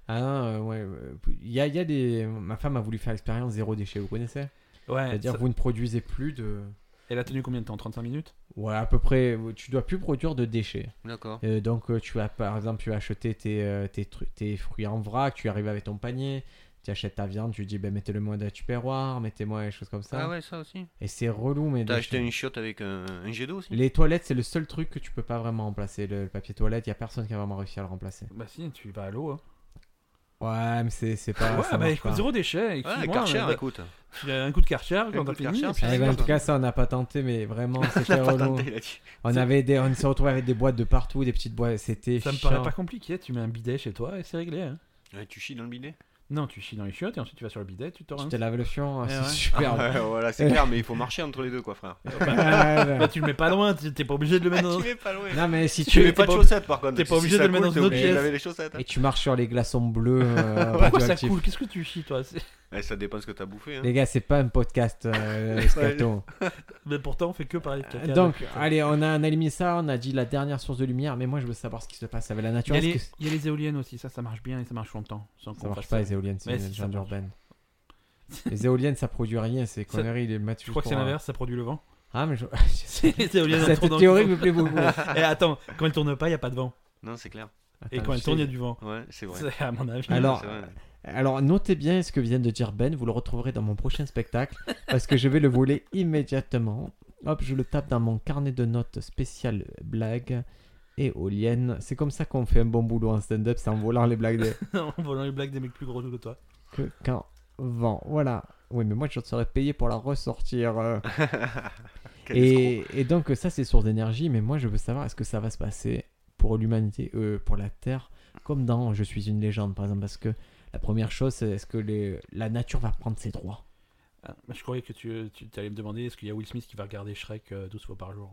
Ah non, euh, ouais, euh, il y a, il y a des... Ma femme a voulu faire l'expérience zéro déchet, vous connaissez
Ouais.
C'est-à-dire
ça-
vous ne produisez plus de...
Elle a tenu combien de temps 35 minutes
Ouais, à peu près, tu dois plus produire de déchets.
D'accord.
Euh, donc euh, tu vas, par exemple, tu vas acheter tes, euh, tes, tru- tes fruits en vrac, tu arrives avec ton panier, tu achètes ta viande, tu dis, ben mettez-le moi dans le tupperware, mettez-moi des choses comme ça.
Ah ouais, ça aussi.
Et c'est relou, mais...
T'as acheté une chiotte avec un, un jet d'eau aussi
Les toilettes, c'est le seul truc que tu peux pas vraiment remplacer. Le, le papier toilette, il y a personne qui a vraiment réussi à le remplacer.
Bah si, tu vas à l'eau. hein.
Ouais, mais c'est c'est pas... ça
ouais, bah
marche
écoute,
pas.
zéro déchet.
Ah,
excuse-moi,
Karcher,
bah,
mais-
écoute.
Tu as un coup de Karcher quand
coup
t'as
de
fini.
Karcher,
et puis-
Eh
c'est-
ben, en tout cas, ça, on n'a pas tenté, mais vraiment, c'était
T'as pas
relou.
tenté, il a dit.
On avait des, on s'est retrouvé avec des boîtes de partout, des petites boîtes, c'était
Ça me
chiant.
paraît pas compliqué. Tu mets un bidet chez toi et c'est réglé. hein.
Ouais, tu chies dans le bidet
Non, tu chies dans les chiottes et ensuite tu vas sur le bidet, tu te
Tu
rinces.
te laves le fion,
Eh
c'est
ouais.
super.
Ah ouais, voilà, c'est clair, mais il faut marcher entre les deux, quoi, frère.
Ah, ouais, ouais.
Bah tu le mets pas loin. tu- T'es pas obligé de le mettre. dans-
Ah, tu mets pas loin.
non mais si
Tu
tu
mets pas de
pas-
chaussettes, par contre.
t'es pas
Si
obligé
ça
de le mettre dans
coule, t'es
une autre
obligé de
pièce.
laver les chaussettes.
et tu marches sur les glaçons bleus euh,
Pourquoi ça
radioactifs.
coule Qu'est-ce que tu chies toi C'est-
Eh, ça dépend ce que t'as bouffé. Hein.
Les gars, c'est pas un podcast euh, scato.
Mais pourtant on fait que parler de caca. euh,
Donc, allez, on a, on a éliminé ça, on a dit la dernière source de lumière, mais moi je veux savoir ce qui se passe avec la
il
nature.
y, a
Est-ce
les,
que ça
il y a les éoliennes aussi. Ça, ça marche bien et ça marche longtemps. Sans qu'on
marche
fasse
pas les éoliennes, c'est
Mais
une
si, bah, ça
légende
marche.
urbaine. Les éoliennes, ça produit rien, c'est
Ça-
conneries, les matchs.
Je crois que c'est l'inverse, ça produit le vent.
Ah mais je...
C'est les éoliennes elles tournent
cette
en
théorie
tournant.
me plaît beaucoup.
Eh, attends, quand elles tournent pas, il n'y a pas de vent.
Non, c'est clair.
Et
Attends,
quand
je
elles
sais-
tournent, il y a du vent.
Ouais, c'est vrai.
Ah, C'est à mon avis.
Alors,
C'est vrai.
Alors notez bien ce que vient de dire Ben, vous le retrouverez dans mon prochain spectacle, parce que je vais le voler immédiatement. Hop, je le tape dans mon carnet de notes spécial blague. éolienne. C'est comme ça qu'on fait un bon boulot en stand-up, c'est en volant les blagues des-
en volant les blagues des mecs plus gros que toi.
que qu'en vent. Voilà. Oui, mais moi, je serais payé pour la ressortir. euh.
Quel escroc.
et, et donc, ça, c'est source d'énergie. Mais moi, je veux savoir, est-ce que ça va se passer pour l'humanité, euh, pour la Terre, comme dans Je suis une légende, par exemple Parce que la première chose, c'est est-ce que les- la nature va prendre ses droits
Ah, je croyais que tu, tu allais me demander est-ce qu'il y a Will Smith qui va regarder Shrek euh, 12 fois par jour.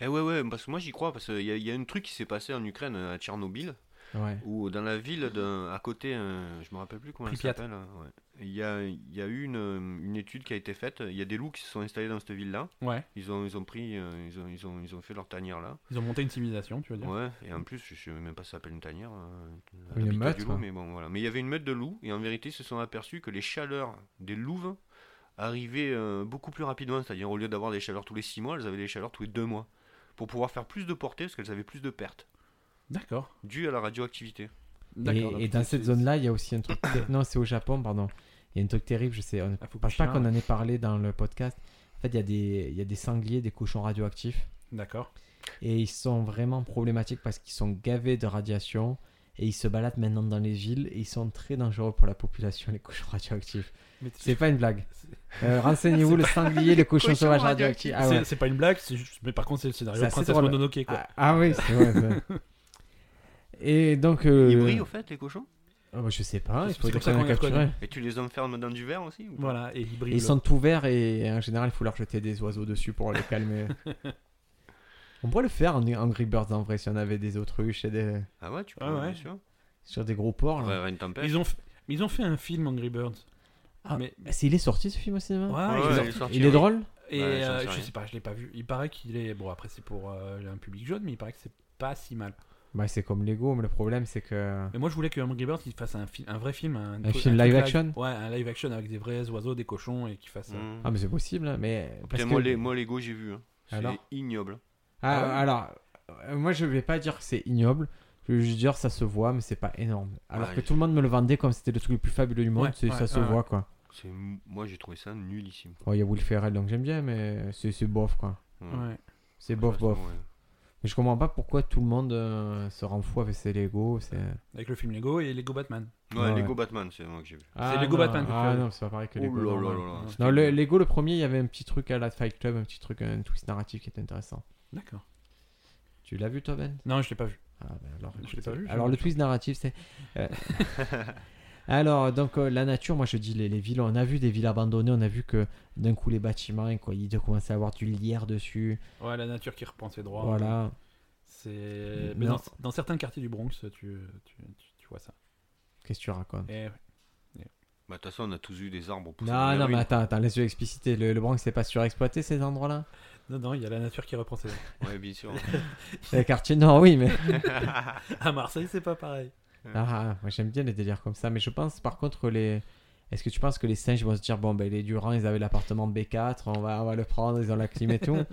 Eh ouais, ouais, parce que moi j'y crois, parce qu'il y, a- y a un truc qui s'est passé en Ukraine, à Tchernobyl,
Ouais.
où dans la ville d'un- à côté, euh, je me rappelle plus comment elle
Pripyat.
s'appelle, euh, ouais. il y, a, il y a eu une, euh, une étude qui a été faite, il y a des loups qui se sont installés dans cette ville-là,
Ouais.
ils ont, ils ont pris, euh, ils, ont, ils, ont, ils ont fait leur tanière là.
Ils ont monté une civilisation, tu veux dire
Ouais, et en plus, je sais même pas si ça s'appelle une tanière. euh,
Une
l'habitat
meute,
du
quoi.
loup, mais bon, voilà. Mais il y avait une meute de loups, et en vérité, ils se sont aperçus que les chaleurs des louves arrivaient euh, beaucoup plus rapidement. C'est-à-dire, au lieu d'avoir des chaleurs tous les 6 mois, elles avaient des chaleurs tous les 2 mois. Pour pouvoir faire plus de portée, parce qu'elles avaient plus de pertes,
D'accord.
dues à la radioactivité.
D'accord, donc
Et, et dans
c'est-
cette
c'est-
zone-là, il y a aussi un truc. ter- non, c'est au Japon, pardon. Il y a un truc terrible, je sais. On...
Ah, faut
Je pense pas
Fukushima,
qu'on en ait parlé dans le podcast. En fait, il y, a des- il y a des sangliers, des cochons radioactifs.
hein. D'accord.
Et ils sont vraiment problématiques parce qu'ils sont gavés de radiation et ils se baladent maintenant dans les villes et ils sont très dangereux pour la population, les cochons radioactifs.
Mais t-
C'est pas une blague.
C'est-
Euh, Renseignez-vous, le sanglier, les cochons
cochons
sauvages radioactifs. Ah,
c'est
ouais.
c'est pas une blague, c'est juste... mais par contre c'est le scénario
C'est
de
assez
Princesse
drôle.
Mononoke quoi.
Ah, ah oui, c'est vrai. ça. Et donc. euh,
Ils brillent, au fait, les cochons
ah, bah, je sais pas, il
C'est
faut
comme
les
ça qu'on les
capturer.
Et tu les enfermes dans du verre aussi ou pas
Voilà, et ils brillent.
Et Ils sont ouverts et en général, il faut leur jeter des oiseaux dessus pour les calmer. on pourrait le faire en Angry Birds en vrai si on avait des autruches et des.
Ah ouais, tu peux,
Ah ouais.
bien sûr.
sur des gros porcs.
Il
là.
va y avoir une tempête.
Ils ont f- mais ils ont fait un film Angry Birds.
Ah,
mais
Bah, c'est- il est sorti ce film au cinéma
ouais,
Ouais,
ils
ouais,
ont-
il est sorti,
Il est
oui.
drôle
et
Ouais, j'en
euh,
sais
je
rien.
sais pas, je l'ai pas vu. Il paraît qu'il est bon après c'est pour euh, un public jeune mais il paraît que c'est pas si mal.
Bah c'est comme Lego, mais le problème c'est que...
Mais moi je voulais que Angry Birds il fasse un, film un vrai film un,
Un film
truc
live action
Ouais, un live action avec des vrais oiseaux, des cochons et qu'il fasse euh,
Mm.
Ah mais c'est possible, hein, mais... parce
Putain,
que-
moi, les, moi, Lego, j'ai vu. hein. C'est
Alors
ignoble.
Ah,
Ah oui.
alors, euh, moi je vais pas dire que c'est ignoble, je vais juste dire ça se voit, mais c'est pas énorme. Alors
Ouais,
que
je-
tout le monde me le vendait comme c'était le truc le plus fabuleux du monde,
Ouais,
c'est-
ouais,
ça se
ouais,
voit quoi.
C'est- Moi, j'ai trouvé ça nullissime.
Bon, il y a Will Ferrell donc j'aime bien, mais c'est c'est bof quoi.
Ouais.
Ouais.
C'est
De
bof
toute façon,
bof.
ouais.
Mais je comprends pas pourquoi tout le monde euh, se rend fou avec ses Lego. C'est
avec le film Lego et Lego Batman.
Ouais,
Ouais.
Lego Batman, c'est moi que j'ai vu.
Ah,
Lego
non,
Batman que tu
Ah
as vu.
non, c'est pas pareil que Lego.
Oh là là
normal.
là là.
Non,
Non, le, Lego, le premier, il y avait un petit truc à la Fight Club, un petit truc, un twist narratif qui était intéressant.
D'accord.
Tu l'as vu, toi, Ben
Non, je l'ai pas vu.
Ah, ben alors,
Je l'ai
écoute,
pas vu, je
alors
l'ai
le
pas
twist narratif, c'est. euh, alors, donc, euh, la nature, moi, je dis les, les villes, on a vu des villes abandonnées, on a vu que d'un coup, les bâtiments, quoi, ils commençaient à avoir du lierre dessus.
Ouais, la nature qui reprend ses droits.
Voilà.
C'est
Mais
mais dans,
non.
dans certains quartiers du Bronx, tu, tu, tu- tu vois ça. Eh
Qu'est-ce que tu racontes
Et
Bah, de toute façon, on a tous eu des arbres poussés dans
Non,
les
non,
ruines.
mais attends, attends, laisse-le expliciter. Le, le Bronx, c'est pas surexploité, ces endroits-là
non, non, il y a la nature qui reprend ses droits.
Ouais, bien sûr.
Les quartiers, non, oui, mais.
à Marseille, c'est pas pareil.
Ah, ah, moi j'aime bien les délires comme ça, mais je pense par contre les. Est-ce que tu penses que les singes vont se dire bon ben les Durand ils avaient l'appartement B4, on va, on va le prendre, ils ont la clim et tout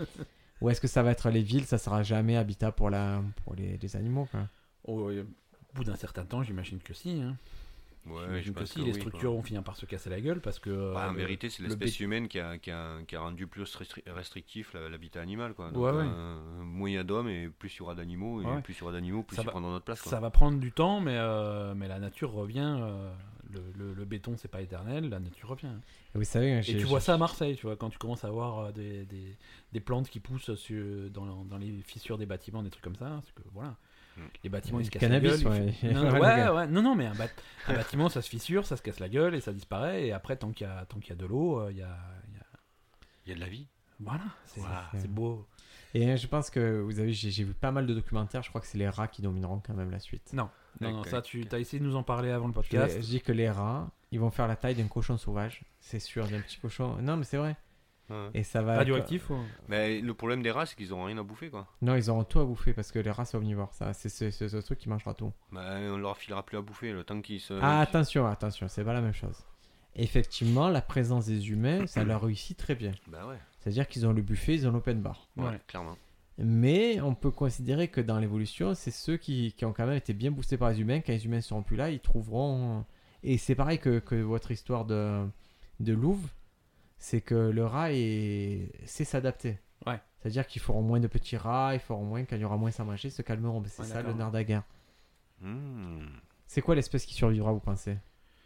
Ou est-ce que ça va être les villes, ça sera jamais habitat pour la pour les, les animaux quoi
Au, Oh, au bout d'un certain temps, j'imagine que si. hein.
Ouais, je
J'imagine que
pense
si,
que
les
oui, quoi.
structures vont finir par se casser la gueule parce que.
Bah,
euh,
en
le-
vérité, c'est
le
l'espèce humaine qui a, qui, a, qui a rendu plus restri- restrictif la- l'habitat animal. Quoi. Donc,
Ouais, ouais.
euh, moins il y a d'hommes, et plus il y aura d'animaux, et
Ouais.
plus il y aura d'animaux, plus
Ça
ils
va-
prendront notre place. Quoi.
Ça va prendre du temps, mais, euh, mais la nature revient. euh, le, le- le béton, c'est pas éternel, la nature revient.
Et Vous savez, hein,
Et tu vois ça à Marseille, tu vois, quand tu commences à voir euh, des, des- des plantes qui poussent sur- dans, dans les fissures des bâtiments, des trucs comme ça. hein, Parce que voilà,
Mm.
les bâtiments ils se
Le
cassent
cannabis,
la gueule.
ouais.
ils font- Non, non,
Ouais, le
ouais,
gars.
ouais, non, non, mais un, bat- un bâtiment ça se fissure, ça se casse la gueule et ça disparaît. Et après, tant qu'il y a, tant qu'il y a de l'eau, euh, il y a, il y a-
Il y a de la vie.
Voilà, c'est
Voilà.
c'est beau.
Et euh, je pense que vous avez, j'ai j'ai vu pas mal de documentaires, je crois que c'est les rats qui domineront quand même la suite.
Non, non,
Ok.
ça, tu as essayé de nous en parler avant le
Je,
podcast.
je dis que les rats, ils vont faire la taille d'un cochon sauvage, c'est sûr, d'un petit cochon. Non mais c'est vrai.
Ouais.
Et ça va.
Radioactif ou...
Mais le problème des rats, c'est qu'ils n'auront rien à bouffer. Quoi.
Non, ils auront tout à bouffer parce que les rats c'est omnivore, ça, c'est ce, ce- ce truc qui mangera tout.
Bah, on leur filera plus à bouffer le temps qu'ils
Euh,
se.
Ah, attention, attention, c'est pas la même chose. Effectivement, la présence des humains, ça leur réussit très bien.
Bah ouais,
C'est-à-dire qu'ils ont le buffet, ils ont l'open bar.
ouais,
Ouais.
clairement.
Mais on peut considérer que dans l'évolution, c'est ceux qui, qui ont quand même été bien boostés par les humains. Quand les humains seront plus là, ils trouveront. Et c'est pareil que, que votre histoire de, de Louvre, c'est que le rat est... sait s'adapter.
Ouais.
C'est-à-dire qu'ils feront moins de petits rats, ils feront moins, quand il y aura moins à manger, ils se calmeront. Mais c'est
Ouais,
ça le
d'accord.
nerf de la guerre.
Hmm,
C'est quoi l'espèce qui survivra, vous pensez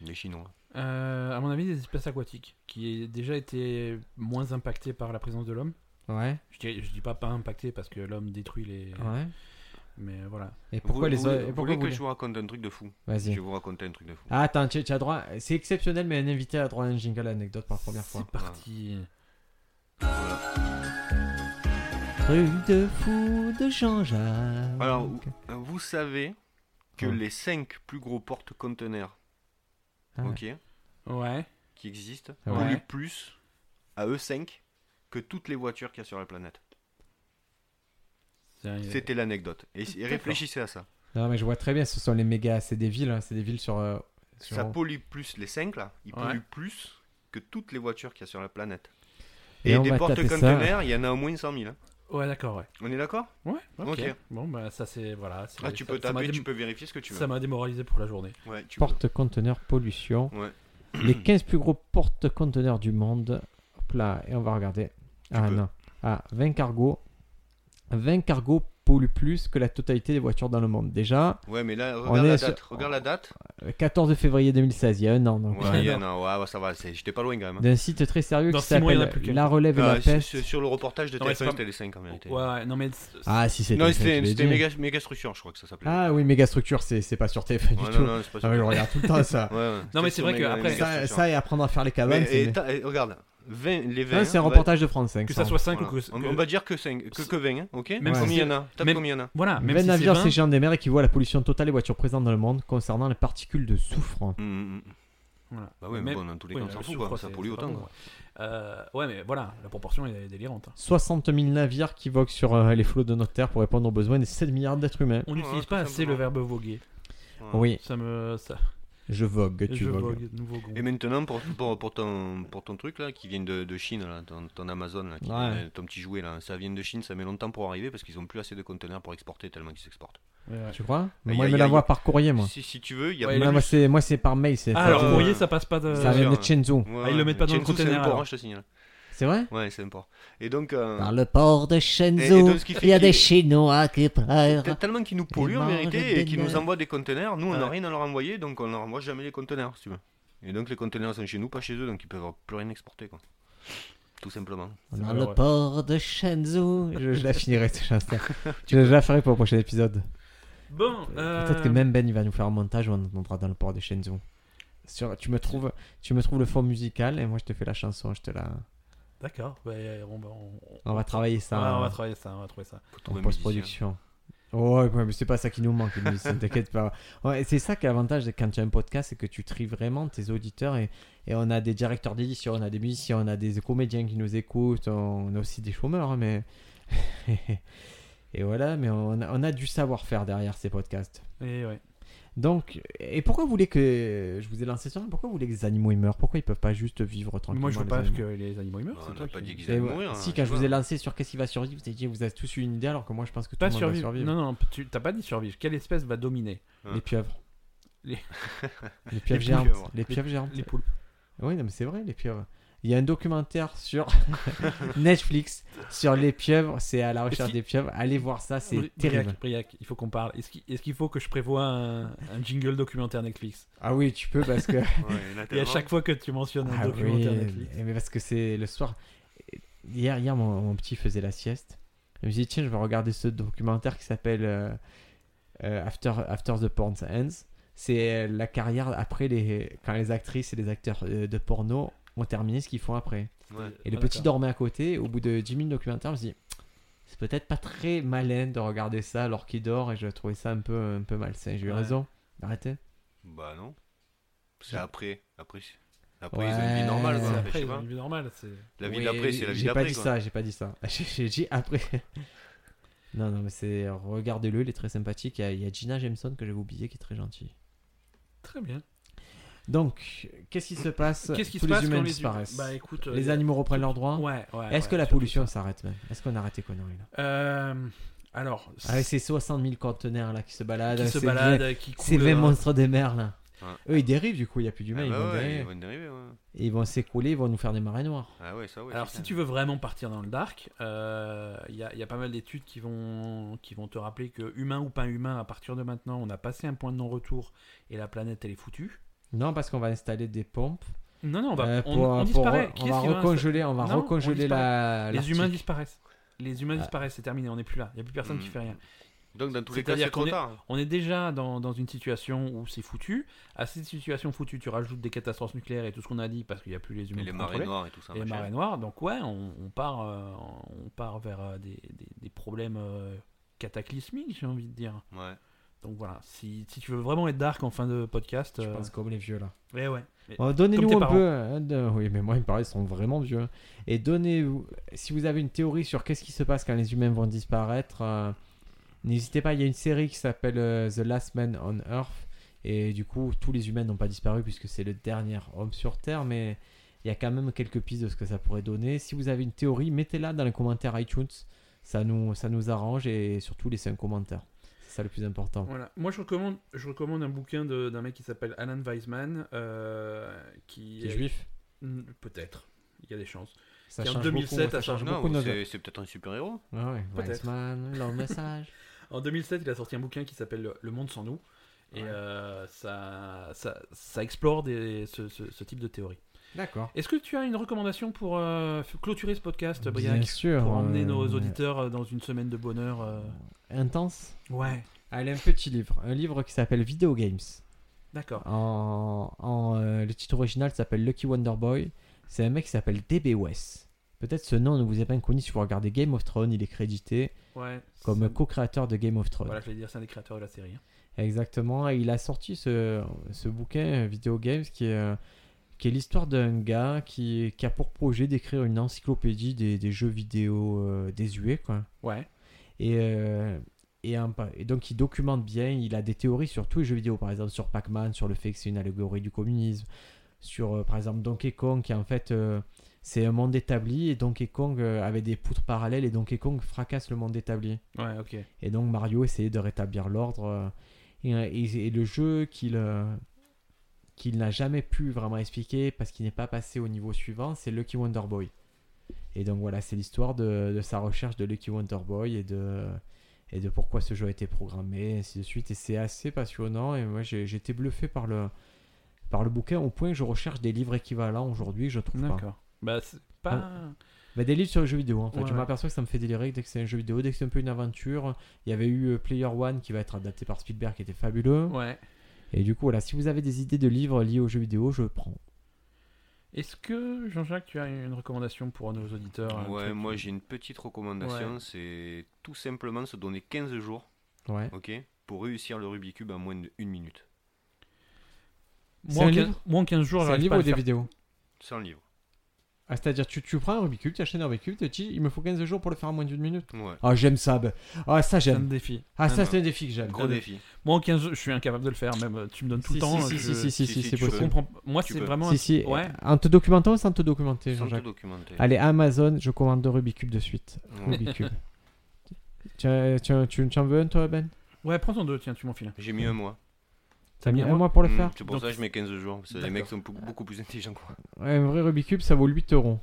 les Chinois.
Euh, à mon avis, des espèces aquatiques qui ont déjà été moins impactées par la présence de l'homme.
Ouais,
Je, dirais- je dis pas pas impactées parce que l'homme détruit les.
ouais.
Mais voilà.
Et pourquoi
Vous-
les
vous-
autres. et
Vous
pourquoi
voulez
vous
que
les-
je vous raconte un truc de fou Je
Vas-y.
vais vous raconter un truc de fou.
Ah, attends, tu, tu as droit. C'est exceptionnel, mais un invité a droit à un jingle anecdote pour la première fois.
C'est parti.
Truc de fou de Jean-Jacques.
Alors, vous- vous savez que
Ouais.
les 5 plus gros porte-conteneurs
Ah ouais.
ok,
Ouais.
qui existent
Ah
ouais.
polluent plus à eux 5 que toutes les voitures qu'il y a sur la planète.
C'est-
C'était l'anecdote. Et, et
D'accord.
réfléchissez à ça.
Non, mais je vois très bien, ce sont les méga. C'est des villes, hein, c'est des villes sur. euh, sur-
Ça pollue plus, les 5 là, ils
Ouais.
polluent plus que toutes les voitures qu'il y a sur la planète.
Et
Et,
on
des
va taper ça.
porte-conteneurs, il y en a au moins 100 000. hein.
Ouais, d'accord, ouais.
On est d'accord
Ouais, ok.
Ok.
Bon, bah ça c'est. Voilà. c'est-
Ah, tu
ça-
peux
ça m'a
taper,
dé-
tu peux vérifier ce que tu veux.
Ça m'a démoralisé pour la journée.
Ouais, tu peux.
Porte-conteneur pollution.
Ouais.
Les 15 plus gros porte-conteneurs du monde. Hop là, et on va regarder. ah
peux.
non. Ah, 20 cargos. 20 cargos polluent plus que la totalité des voitures dans le monde. Déjà,
Ouais, mais là,
On
regarde
est
la
sur-
date. Regarde la date.
euh, 14 février 2016, il y a un an. Donc.
Ouais, il y en a, ouais, ouais, ça va, c'est- j'étais pas loin quand même. hein.
D'un site très sérieux
Dans
qui
six mois, il y en a
s'appelle
plus qu'un.
La Relève et
Ah,
la
c'est-
Peste.
c'est sur le reportage de
Non, mais
TF1,
c'est pas-
c'était les 5 en vérité.
Ouais, ouais, non mais. c'est-
Ah, si, c'était
Non,
ça, tu
c'était
l'as
c'était
dit.
méga, méga structure, je crois que ça s'appelait.
Ah oui, méga structure, c'est c'est pas sur TF1 du
Ouais,
tout.
non, non, c'est pas
Ah, mais je
sûr.
regarde tout le temps ça.
Ouais, ouais,
Non, mais
c'était
c'est
sur
vrai que
méga-
après-
méga
ça,
structure.
ça et apprendre à faire les cabanes.
Mais-
c'est-
et t'as- hein, et regarde, 20, les 20.
Non, c'est un
on va-
reportage de France 5.
Que
ça.
ça soit 5
voilà.
ou que. euh,
On,
que-
on va dire que, 5, que,
Ce-
que 20, hein, ok
Même
si
Combien il
c'est-
y en a Tape
même-
combien il y en a
Voilà, ah, même
20
si c'est
navires
20,
géants des mers qui voient la pollution totale des voitures présentes dans le monde concernant les particules de soufre.
Hum, hum, hum.
voilà.
Bah ouais, mais
Même-
bon, dans tous les
oui,
cas, on
le
s'en fout,
soufre,
quoi. Ça
c'est-
pollue
c'est pas
autant,
bon,
quoi.
ouais. Euh, ouais, mais voilà, la proportion est délirante. hein.
60 000 navires qui voguent sur euh, les flots de notre terre pour répondre aux besoins des 7 milliards d'êtres humains.
On
Ouais,
n'utilise
tout
pas assez
simplement.
le verbe voguer.
Ouais.
Oui,
Ça me. Ça...
je vogue, tu
je
vogues.
vogue, nous voguons.
Et maintenant, pour, pour, pour ton, pour ton truc là, qui vient de, de Chine, là, ton, ton Amazon, là, qui-
Ouais.
ton petit jouet, là, ça vient de Chine, ça met longtemps pour arriver parce qu'ils ont plus assez de conteneurs pour exporter tellement qu'ils s'exportent.
Ouais, ouais.
Tu crois
Mais
Moi,
y a-
il me
y a-
l'envoie par courrier, moi.
Si, si tu veux, il y a
Ouais,
plus-
Moi, moi, c'est- moi, c'est par mail. c'est
Ah,
pas
alors
de-
euh,
courrier, ça passe pas de.
Ça
bien
vient
sûr.
de Shenzhou.
Ouais,
Ah, ils le mettent pas dans le
Shenzhou, c'est
conteneur,
un port,
alors.
hein, je te signale.
C'est vrai
Ouais, c'est un port. Et donc, euh,
Dans le port de
Et- et donc,
Shenzhou,
ce qui fait
il y a
qu'il-
des Chinois qui pleurent.
t- tellement qu'ils nous polluent en
mangent
vérité
des
et qu'ils nous
nerfs.
envoient des conteneurs, nous on n'a
Ouais.
rien à leur envoyer donc on leur envoie jamais les conteneurs, si tu veux. Et donc les conteneurs sont chez nous, pas chez eux, donc ils peuvent plus rien exporter, quoi. Tout simplement.
C'est
Dans
Ah
malheureux.
le port de Shenzhou.
je, je la finirai, cette chanson. je, je la ferai pour le prochain épisode.
Bon, euh,
Peut-être que même Ben, il va nous faire un montage où on entendra dans le port de Shenzhou. Sur- tu, me trouves, tu me trouves le fond musical et moi, je te fais la chanson. Je te la...
D'accord, bah, on va. On, on-
On va travailler
Ouais,
ça.
on va
euh,
travailler ça, on va trouver ça.
Faut
En
trouver un musicien.
post-production. Oh, ouais, mais c'est pas ça qui nous manque, les musiciens, t'inquiète pas. Ouais, c'est ça qui est l'avantage de- quand tu as un podcast, c'est que tu tries vraiment tes auditeurs et, et on a des directeurs d'édition, on a des musiciens, on a des comédiens qui nous écoutent, on a aussi des chômeurs, hein, mais. et voilà, mais on a, on a du savoir-faire derrière ces podcasts.
Et ouais.
Donc, et pourquoi vous voulez que. Je vous ai lancé ça, pourquoi vous voulez que les animaux ils meurent Pourquoi ils peuvent pas juste vivre
Mais
tranquillement
moi je veux
les
pas
animaux
que les animaux ils meurent.
Non,
c'est
on
toi
n'a pas
qui-
dit qu'ils
Et
allaient
ouais,
mourir.
Si,
hein,
quand
tu
je vous
vois.
ai lancé sur qu'est-ce qui va survivre, vous avez dit vous avez tous eu une idée alors que moi je pense que tout
Pas
le monde va
survivre.
survivre.
Non, non, tu t'as pas dit survivre. Quelle espèce va dominer
Les pieuvres.
Hein. Les-
Les pieuvres
Les
géantes.
pieuvres.
Les pieuvres géantes.
Les poules.
Oui, non, mais c'est vrai, les pieuvres. Il y a un documentaire sur Netflix sur les pieuvres. C'est à la recherche
si-
des pieuvres. Allez voir ça, c'est
Bri-
terrible.
Briac, Briac, il faut qu'on parle. Est-ce qu'il est-ce qu'il faut que je prévoie un, un jingle documentaire Netflix
Ah oui, tu peux parce que.
Ouais, il
Et
y en a
à
tellement.
chaque fois que tu mentionnes un
ah oui,
documentaire Netflix.
mais parce que c'est le soir. Hier, hier mon, mon petit faisait la sieste. Il me dit tiens, je vais regarder ce documentaire qui s'appelle euh, euh, After, After the Porn Ends. C'est euh, la carrière après les, quand les actrices et les acteurs euh, de porno ont terminé ce qu'ils font après.
Ouais.
Et le
Ah,
petit
d'accord.
dormait à côté. Au bout de 10 minutes de documentaire, je me suis dit, c'est peut-être pas très malin de regarder ça alors qu'il dort. Et je trouvais ça un peu, un peu malsain. J'ai eu
Ouais.
raison. Arrêtez.
Bah non. C'est
Ouais.
après. Après, c'est- après ils ont une vie
Ouais,
normale, quoi.
C'est
Ouais,
Euh, après,
je sais
ils ont
pas.
une vie normale. c'est-
La vie
Oui,
d'après, c'est la vie
J'ai pas
d'après,
dit
quoi.
ça, j'ai pas dit ça. J'ai j'ai dit après. non, non, mais c'est. Regardez-le, il est très sympathique. Il y a, il y a Gina Jameson que j'avais oublié qui est très gentille.
Très bien.
Donc, qu'est-ce qui se passe
Qu'est-ce qui
Tous
se passe
les
quand
humains
les
disparaissent.
Bah écoute. euh,
les animaux reprennent leurs droits.
Ouais, ouais.
Est-ce
ouais,
que la
surtout
pollution
ça.
s'arrête même Est-ce qu'on arrête les conneries là
Euh, Alors.
Ah Avec ces 60 000 conteneurs là qui se baladent,
qui se
ces
baladent, qui coulent.
Ces 20
hein.
monstres des mers là.
Ouais.
Eux, ils dérivent, du coup, il n'y a plus
Ah
d'humains. ils
bah
vont
ouais,
dériver.
ils vont dériver, ouais.
Et ils vont s'écrouler, ils vont nous faire des marées noires.
Ah ouais, ça ouais.
Alors,
putain.
si tu veux vraiment partir dans le dark, euh, il y, a- il y a pas mal d'études qui vont, qui vont te rappeler que, humain ou pas humain, à partir de maintenant, on a passé un point de non-retour et la planète, elle est foutue.
Non, parce qu'on va installer des pompes.
Non, non, on, va,
euh,
on,
pour-
on
pour-
disparaît.
on
Qui
va
est-ce qui va insta-
recongeler, on va
Non, on
recongeler la.
Les humains
l'Arctique. Ah.
disparaissent. Les humains disparaissent, c'est terminé, on n'est plus là. Il n'y a plus personne qui
Mm.
fait rien.
Donc dans tous les cas,
C'est-à-dire
c'est trop
qu'on est-
tard.
On est déjà dans, dans une situation où c'est foutu. À cette situation foutue, tu rajoutes des catastrophes nucléaires et tout ce qu'on a dit parce qu'il n'y a plus les humains.
Et les
pour
marées
contrôler.
noires et tout ça.
Et les
machin.
marées noires, donc ouais, on, on part, euh, on part vers euh, des, des- des problèmes euh, cataclysmiques, j'ai envie de dire.
Ouais.
Donc voilà, si, si tu veux vraiment être dark en fin de podcast,
Je
euh,
pense comme les vieux là.
Eh ouais, ouais. Mais-
Bon,
Comme tes
Oh, donnez-nous un
parents.
peu. hein, de- Oui, mais moi, il me paraît, ils sont vraiment vieux. hein. Et donnez-vous. Si vous avez une théorie sur qu'est-ce qui se passe quand les humains vont disparaître, euh, n'hésitez pas. Il y a une série qui s'appelle euh, The Last Man on Earth. Et du coup, tous les humains n'ont pas disparu puisque c'est le dernier homme sur Terre. Mais il y a quand même quelques pistes de ce que ça pourrait donner. Si vous avez une théorie, mettez-la dans les commentaires iTunes. Ça nous, ça nous arrange et surtout laissez un commentaire. C'est ça le plus important.
Voilà. Moi, je recommande, je recommande un bouquin de- d'un mec qui s'appelle Alan Weisman, euh, qui
Qui est juif,
Hmm, peut-être. Il y a des chances.
ça
qui en
change
2007
beaucoup.
a
Ça change
changé
Non,
beaucoup
mais
nos-
c'est- c'est peut-être un super-héros.
Ouais, ouais,
Peut-être.
Weissman, leur message.
En 2007, il a sorti un bouquin qui s'appelle Le monde sans nous, et
Ouais.
euh, ça, ça, ça explore des, ce- ce- ce type de théorie.
D'accord.
Est-ce que tu as une recommandation pour euh, f- clôturer ce podcast, Briac,
Bien sûr.
pour emmener nos
euh,
auditeurs euh, dans une semaine de bonheur euh,
Intense.
Ouais,
Allez, Ah, un petit livre. Un livre qui s'appelle Video Games.
d'accord.
En, en, euh, le titre original s'appelle Lucky Wonder Boy. C'est un mec qui s'appelle DB West. Peut-être ce nom ne vous est pas inconnu si vous regardez Game of Thrones. Il est crédité
Ouais.
comme
C'est-
co-créateur de Game of Thrones.
Voilà, je vais dire, c'est un des créateurs de la série. hein.
Exactement, et il a sorti ce, ce bouquin euh, Video Games qui est, euh, qui est l'histoire d'un gars qui, qui a pour projet d'écrire une encyclopédie des, des jeux vidéo euh, désuets. Quoi.
Ouais,
Et, euh, et, un pa- et donc il documente bien, il a des théories sur tous les jeux vidéo, par exemple sur Pac-Man, sur le fait que c'est une allégorie du communisme, sur euh, par exemple Donkey Kong qui en fait euh, c'est un monde établi et Donkey Kong euh, avait des poutres parallèles et Donkey Kong fracasse le monde établi.
ouais, ok.
Et donc Mario essayait de rétablir l'ordre. euh, et, et- et le jeu qu'il euh, qu'il n'a jamais pu vraiment expliquer parce qu'il n'est pas passé au niveau suivant, c'est Lucky Wonder Boy. Et donc voilà, c'est l'histoire de, de sa recherche de Lucky Wonder Boy et de, et de pourquoi ce jeu a été programmé, et ainsi de suite. Et c'est assez passionnant. Et moi, j'ai j'ai été bluffé par le, par le bouquin au point que je recherche des livres équivalents aujourd'hui, je trouve pas.
D'accord. Bah, c'est pas.
Bah, des livres sur les jeux vidéo en fait.
Ouais,
je
ouais.
m'aperçois que ça me fait délirer dès que c'est un jeu vidéo, dès que c'est un peu une aventure. Il y avait eu euh, Player One qui va être adapté par Spielberg qui était fabuleux.
Ouais.
Et du coup, voilà, si vous avez des idées de livres liés aux jeux vidéo, je prends.
Est-ce que, Jean-Jacques, tu as une recommandation pour nos auditeurs euh, un
Ouais,
truc
moi j'ai une petite recommandation.
Ouais.
C'est tout simplement se donner 15 jours,
Ouais.
ok, pour réussir le Rubik's Cube en moins d'une minute.
Moi,
C'est
en
un
15,
livre
moi, en 15 jours,
C'est un
j'arrive
livre
pas à
ou
le
des
faire.
vidéos
Sans livre.
ah, C'est-à-dire, tu, tu prends un Rubik's Cube, tu achètes un Rubik's Cube, tu te dis, il me faut 15 jours pour le faire en moins d'une minute.
Ouais.
Ah, j'aime ça. bah. Ah, ça,
C'est un
j'aime.
défi.
Ah, ça,
non.
c'est un défi que j'aime.
Gros
Euh,
défi.
Moi, en 15 jours, je suis incapable de le faire, même. euh, Tu me donnes tout
Si,
le temps.
si,
euh,
si,
je...
si, si,
si,
si, c'est
si, tu
je
peux.
possible.
comprends. Moi,
Tu
c'est
peux.
vraiment. un-
Si, si.
Ouais.
En te documentant ou sans te documenter,
Sans te
Jean-Jacques
documenter.
Allez, Amazon, je commande deux Rubik's Cube de suite.
Ouais.
Rubik's Cube. tu, tu, tu, tu en veux un, toi, Ben
Ouais, prends ton deux, tiens, tu m'en files. un.
J'ai mis un mois.
Ça a mis un
un
mois.
mois pour le
Mm,
faire
C'est pour
Donc-
ça que je mets 15 jours. parce que Les
D'accord.
mecs sont beaucoup beaucoup plus intelligents que moi.
Ouais, Un vrai Rubik's Cube, ça vaut 8 euros.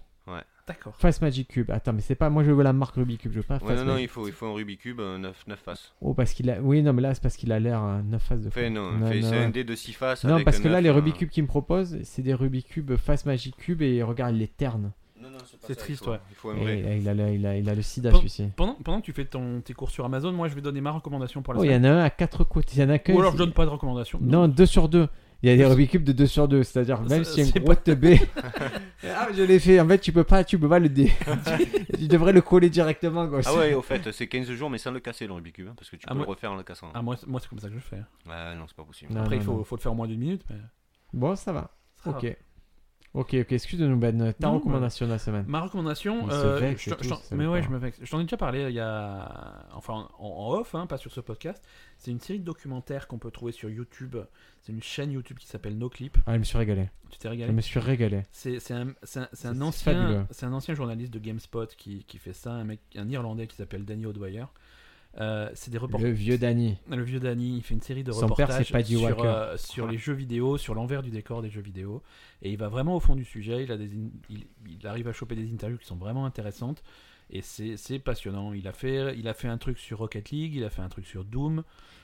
D'accord.
Face Magic Cube. Attends, mais c'est pas. Moi, je veux la marque Rubik's Cube. Je veux pas
Ouais,
Face
non, non,
Magic.
il faut, il faut un Rubik's Cube 9, faces.
Oh, parce qu'il a. Oui, non, mais là, c'est parce qu'il a l'air 9 faces de.
Fait,
face.
non,
Non,
fait-
non,
c'est un
ouais.
dé de 6 faces.
Non,
avec
parce
un
que là,
neuf,
les
euh,
Rubik's Cube qu'ils me proposent, c'est des Rubik's Cube Face Magic Cube et regarde, il est terne.
Non, non, c'est pas
C'est
ça, il
triste,
faut-
ouais.
Il faut un
Et,
vrai.
et il, a, le- il, a, il a le sida,
Bon.
celui-ci.
Pendant, pendant que tu fais ton, tes cours sur Amazon, moi je vais donner ma recommandation pour la
Oh, il y
semaine.
en a un à 4 côtés. Il y en a qu'un.
Ou alors je
c'est-
donne pas de recommandation.
Non, 2 sur 2. Il y a des Rubik's Cube de 2 sur 2, c'est-à-dire même
Ça,
si un
c'est
gros teubé. ah, je l'ai fait, en fait, tu peux pas, tu peux pas le dé.
Ah
tu devrais le coller directement, quoi.
Ah ouais, au fait, c'est 15 jours, mais sans le casser, le Rubik's Cube. hein, Parce que tu
Ah,
peux le
moi-
refaire en le cassant.
Ah, moi, c'est- moi c'est comme ça que je fais.
Ouais, non, c'est pas possible.
Non,
Après,
Ah, non,
il faut,
non.
faut le faire en moins d'une minute. mais
Bon, ça va.
ça va.
ok. Ok, ok, excuse-nous, Ben. Ta
Non, mais-
recommandation de la semaine.
Ma recommandation.
Il se
euh,
vexe
je-
et tout,
je t'en-
ce salopard.
mais ouais, je me vexe. Je t'en ai déjà parlé euh, il y a. Enfin, en, en off, hein, pas sur ce podcast. C'est une série de documentaires qu'on peut trouver sur YouTube. C'est une chaîne YouTube qui s'appelle No Clip.
Ah, je me suis régalé.
Tu t'es
Je
régalé
me suis régalé.
C'est c'est un, c'est un- c'est un
C'est fabuleux.
ancien, c'est un ancien journaliste de GameSpot qui, qui fait ça, un mec, un Irlandais qui s'appelle Danny O'Dwyer. Euh, c'est des reportages.
Le vieux Danny.
Le vieux Danny, il fait une série de
Son père,
reportages
c'est Paddy
sur,
Walker.
euh, sur les jeux vidéo, sur l'envers du décor des jeux vidéo. Et il va vraiment au fond du sujet. Il, a des in- il, il arrive à choper des interviews qui sont vraiment intéressantes. Et c'est c'est passionnant. Il a, fait, il a fait un truc sur Rocket League, il a fait un truc sur Doom.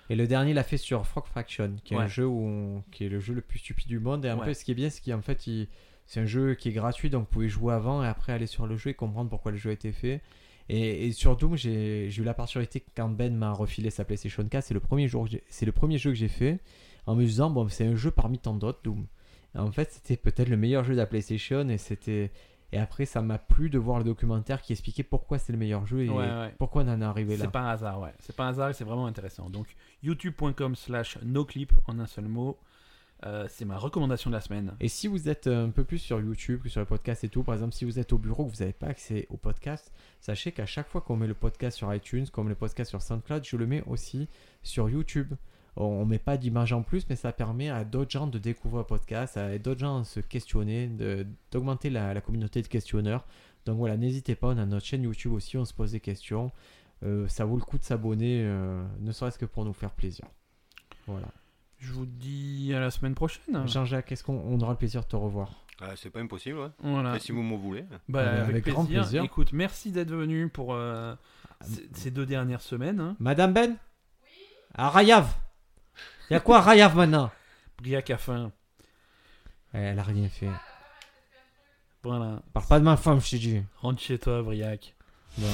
Et le dernier, il l'a fait sur Frog Fraction, qui est un
Ouais.
jeu où on- qui est le jeu le plus stupide du monde. Et un
Ouais.
peu, ce qui est bien, c'est qu'en fait, il- c'est un jeu qui est gratuit, donc vous pouvez jouer avant et après aller sur le jeu et comprendre pourquoi le jeu a été fait. Et, et sur Doom, j'ai j'ai eu la particularité que quand Ben m'a refilé sa PlayStation 4, c'est le premier jour, que j'ai- c'est le premier jeu que j'ai fait en me disant bon, c'est un jeu parmi tant d'autres, Doom. Et en fait, c'était peut-être le meilleur jeu de la PlayStation et c'était. Et après, ça m'a plu de voir le documentaire qui expliquait pourquoi c'est le meilleur jeu et
Ouais, ouais.
pourquoi on en est arrivé là.
C'est pas un hasard, ouais. C'est pas un hasard, et c'est vraiment intéressant. Donc, youtube.com slash noclip en un seul mot. Euh, c'est ma recommandation de la semaine.
Et si vous êtes euh, un peu plus sur YouTube que sur les podcasts et tout, par exemple, si vous êtes au bureau que vous n'avez pas accès au podcast, sachez qu'à chaque fois qu'on met le podcast sur iTunes, qu'on met le podcast sur SoundCloud, je le mets aussi sur YouTube. On- On met pas d'image en plus, mais ça permet à d'autres gens de découvrir le podcast, à d'autres gens de se questionner, de- d'augmenter la, la communauté de questionneurs. Donc voilà, n'hésitez pas, on a notre chaîne YouTube aussi, on se pose des questions. Euh, ça vaut le coup de s'abonner, euh, ne serait-ce que pour nous faire plaisir. Voilà.
Je vous dis à la semaine prochaine.
Jean-Jacques, est-ce qu'on on aura le plaisir de te revoir
Ah, c'est pas impossible, ouais.
Voilà.
Enfin, si vous m'en voulez.
Bah,
Eh bien,
avec,
avec
plaisir.
grand plaisir. Ah,
Écoute, merci d'être venu pour euh, ces- ces deux dernières semaines. hein.
Madame Ben À Rayav Y'a quoi à Rayav maintenant Eh,
Briac à faim.
Elle a rien fait.
Voilà.
Parle pas de ma femme, je te dis.
Rentre chez toi, Briac.
Bon.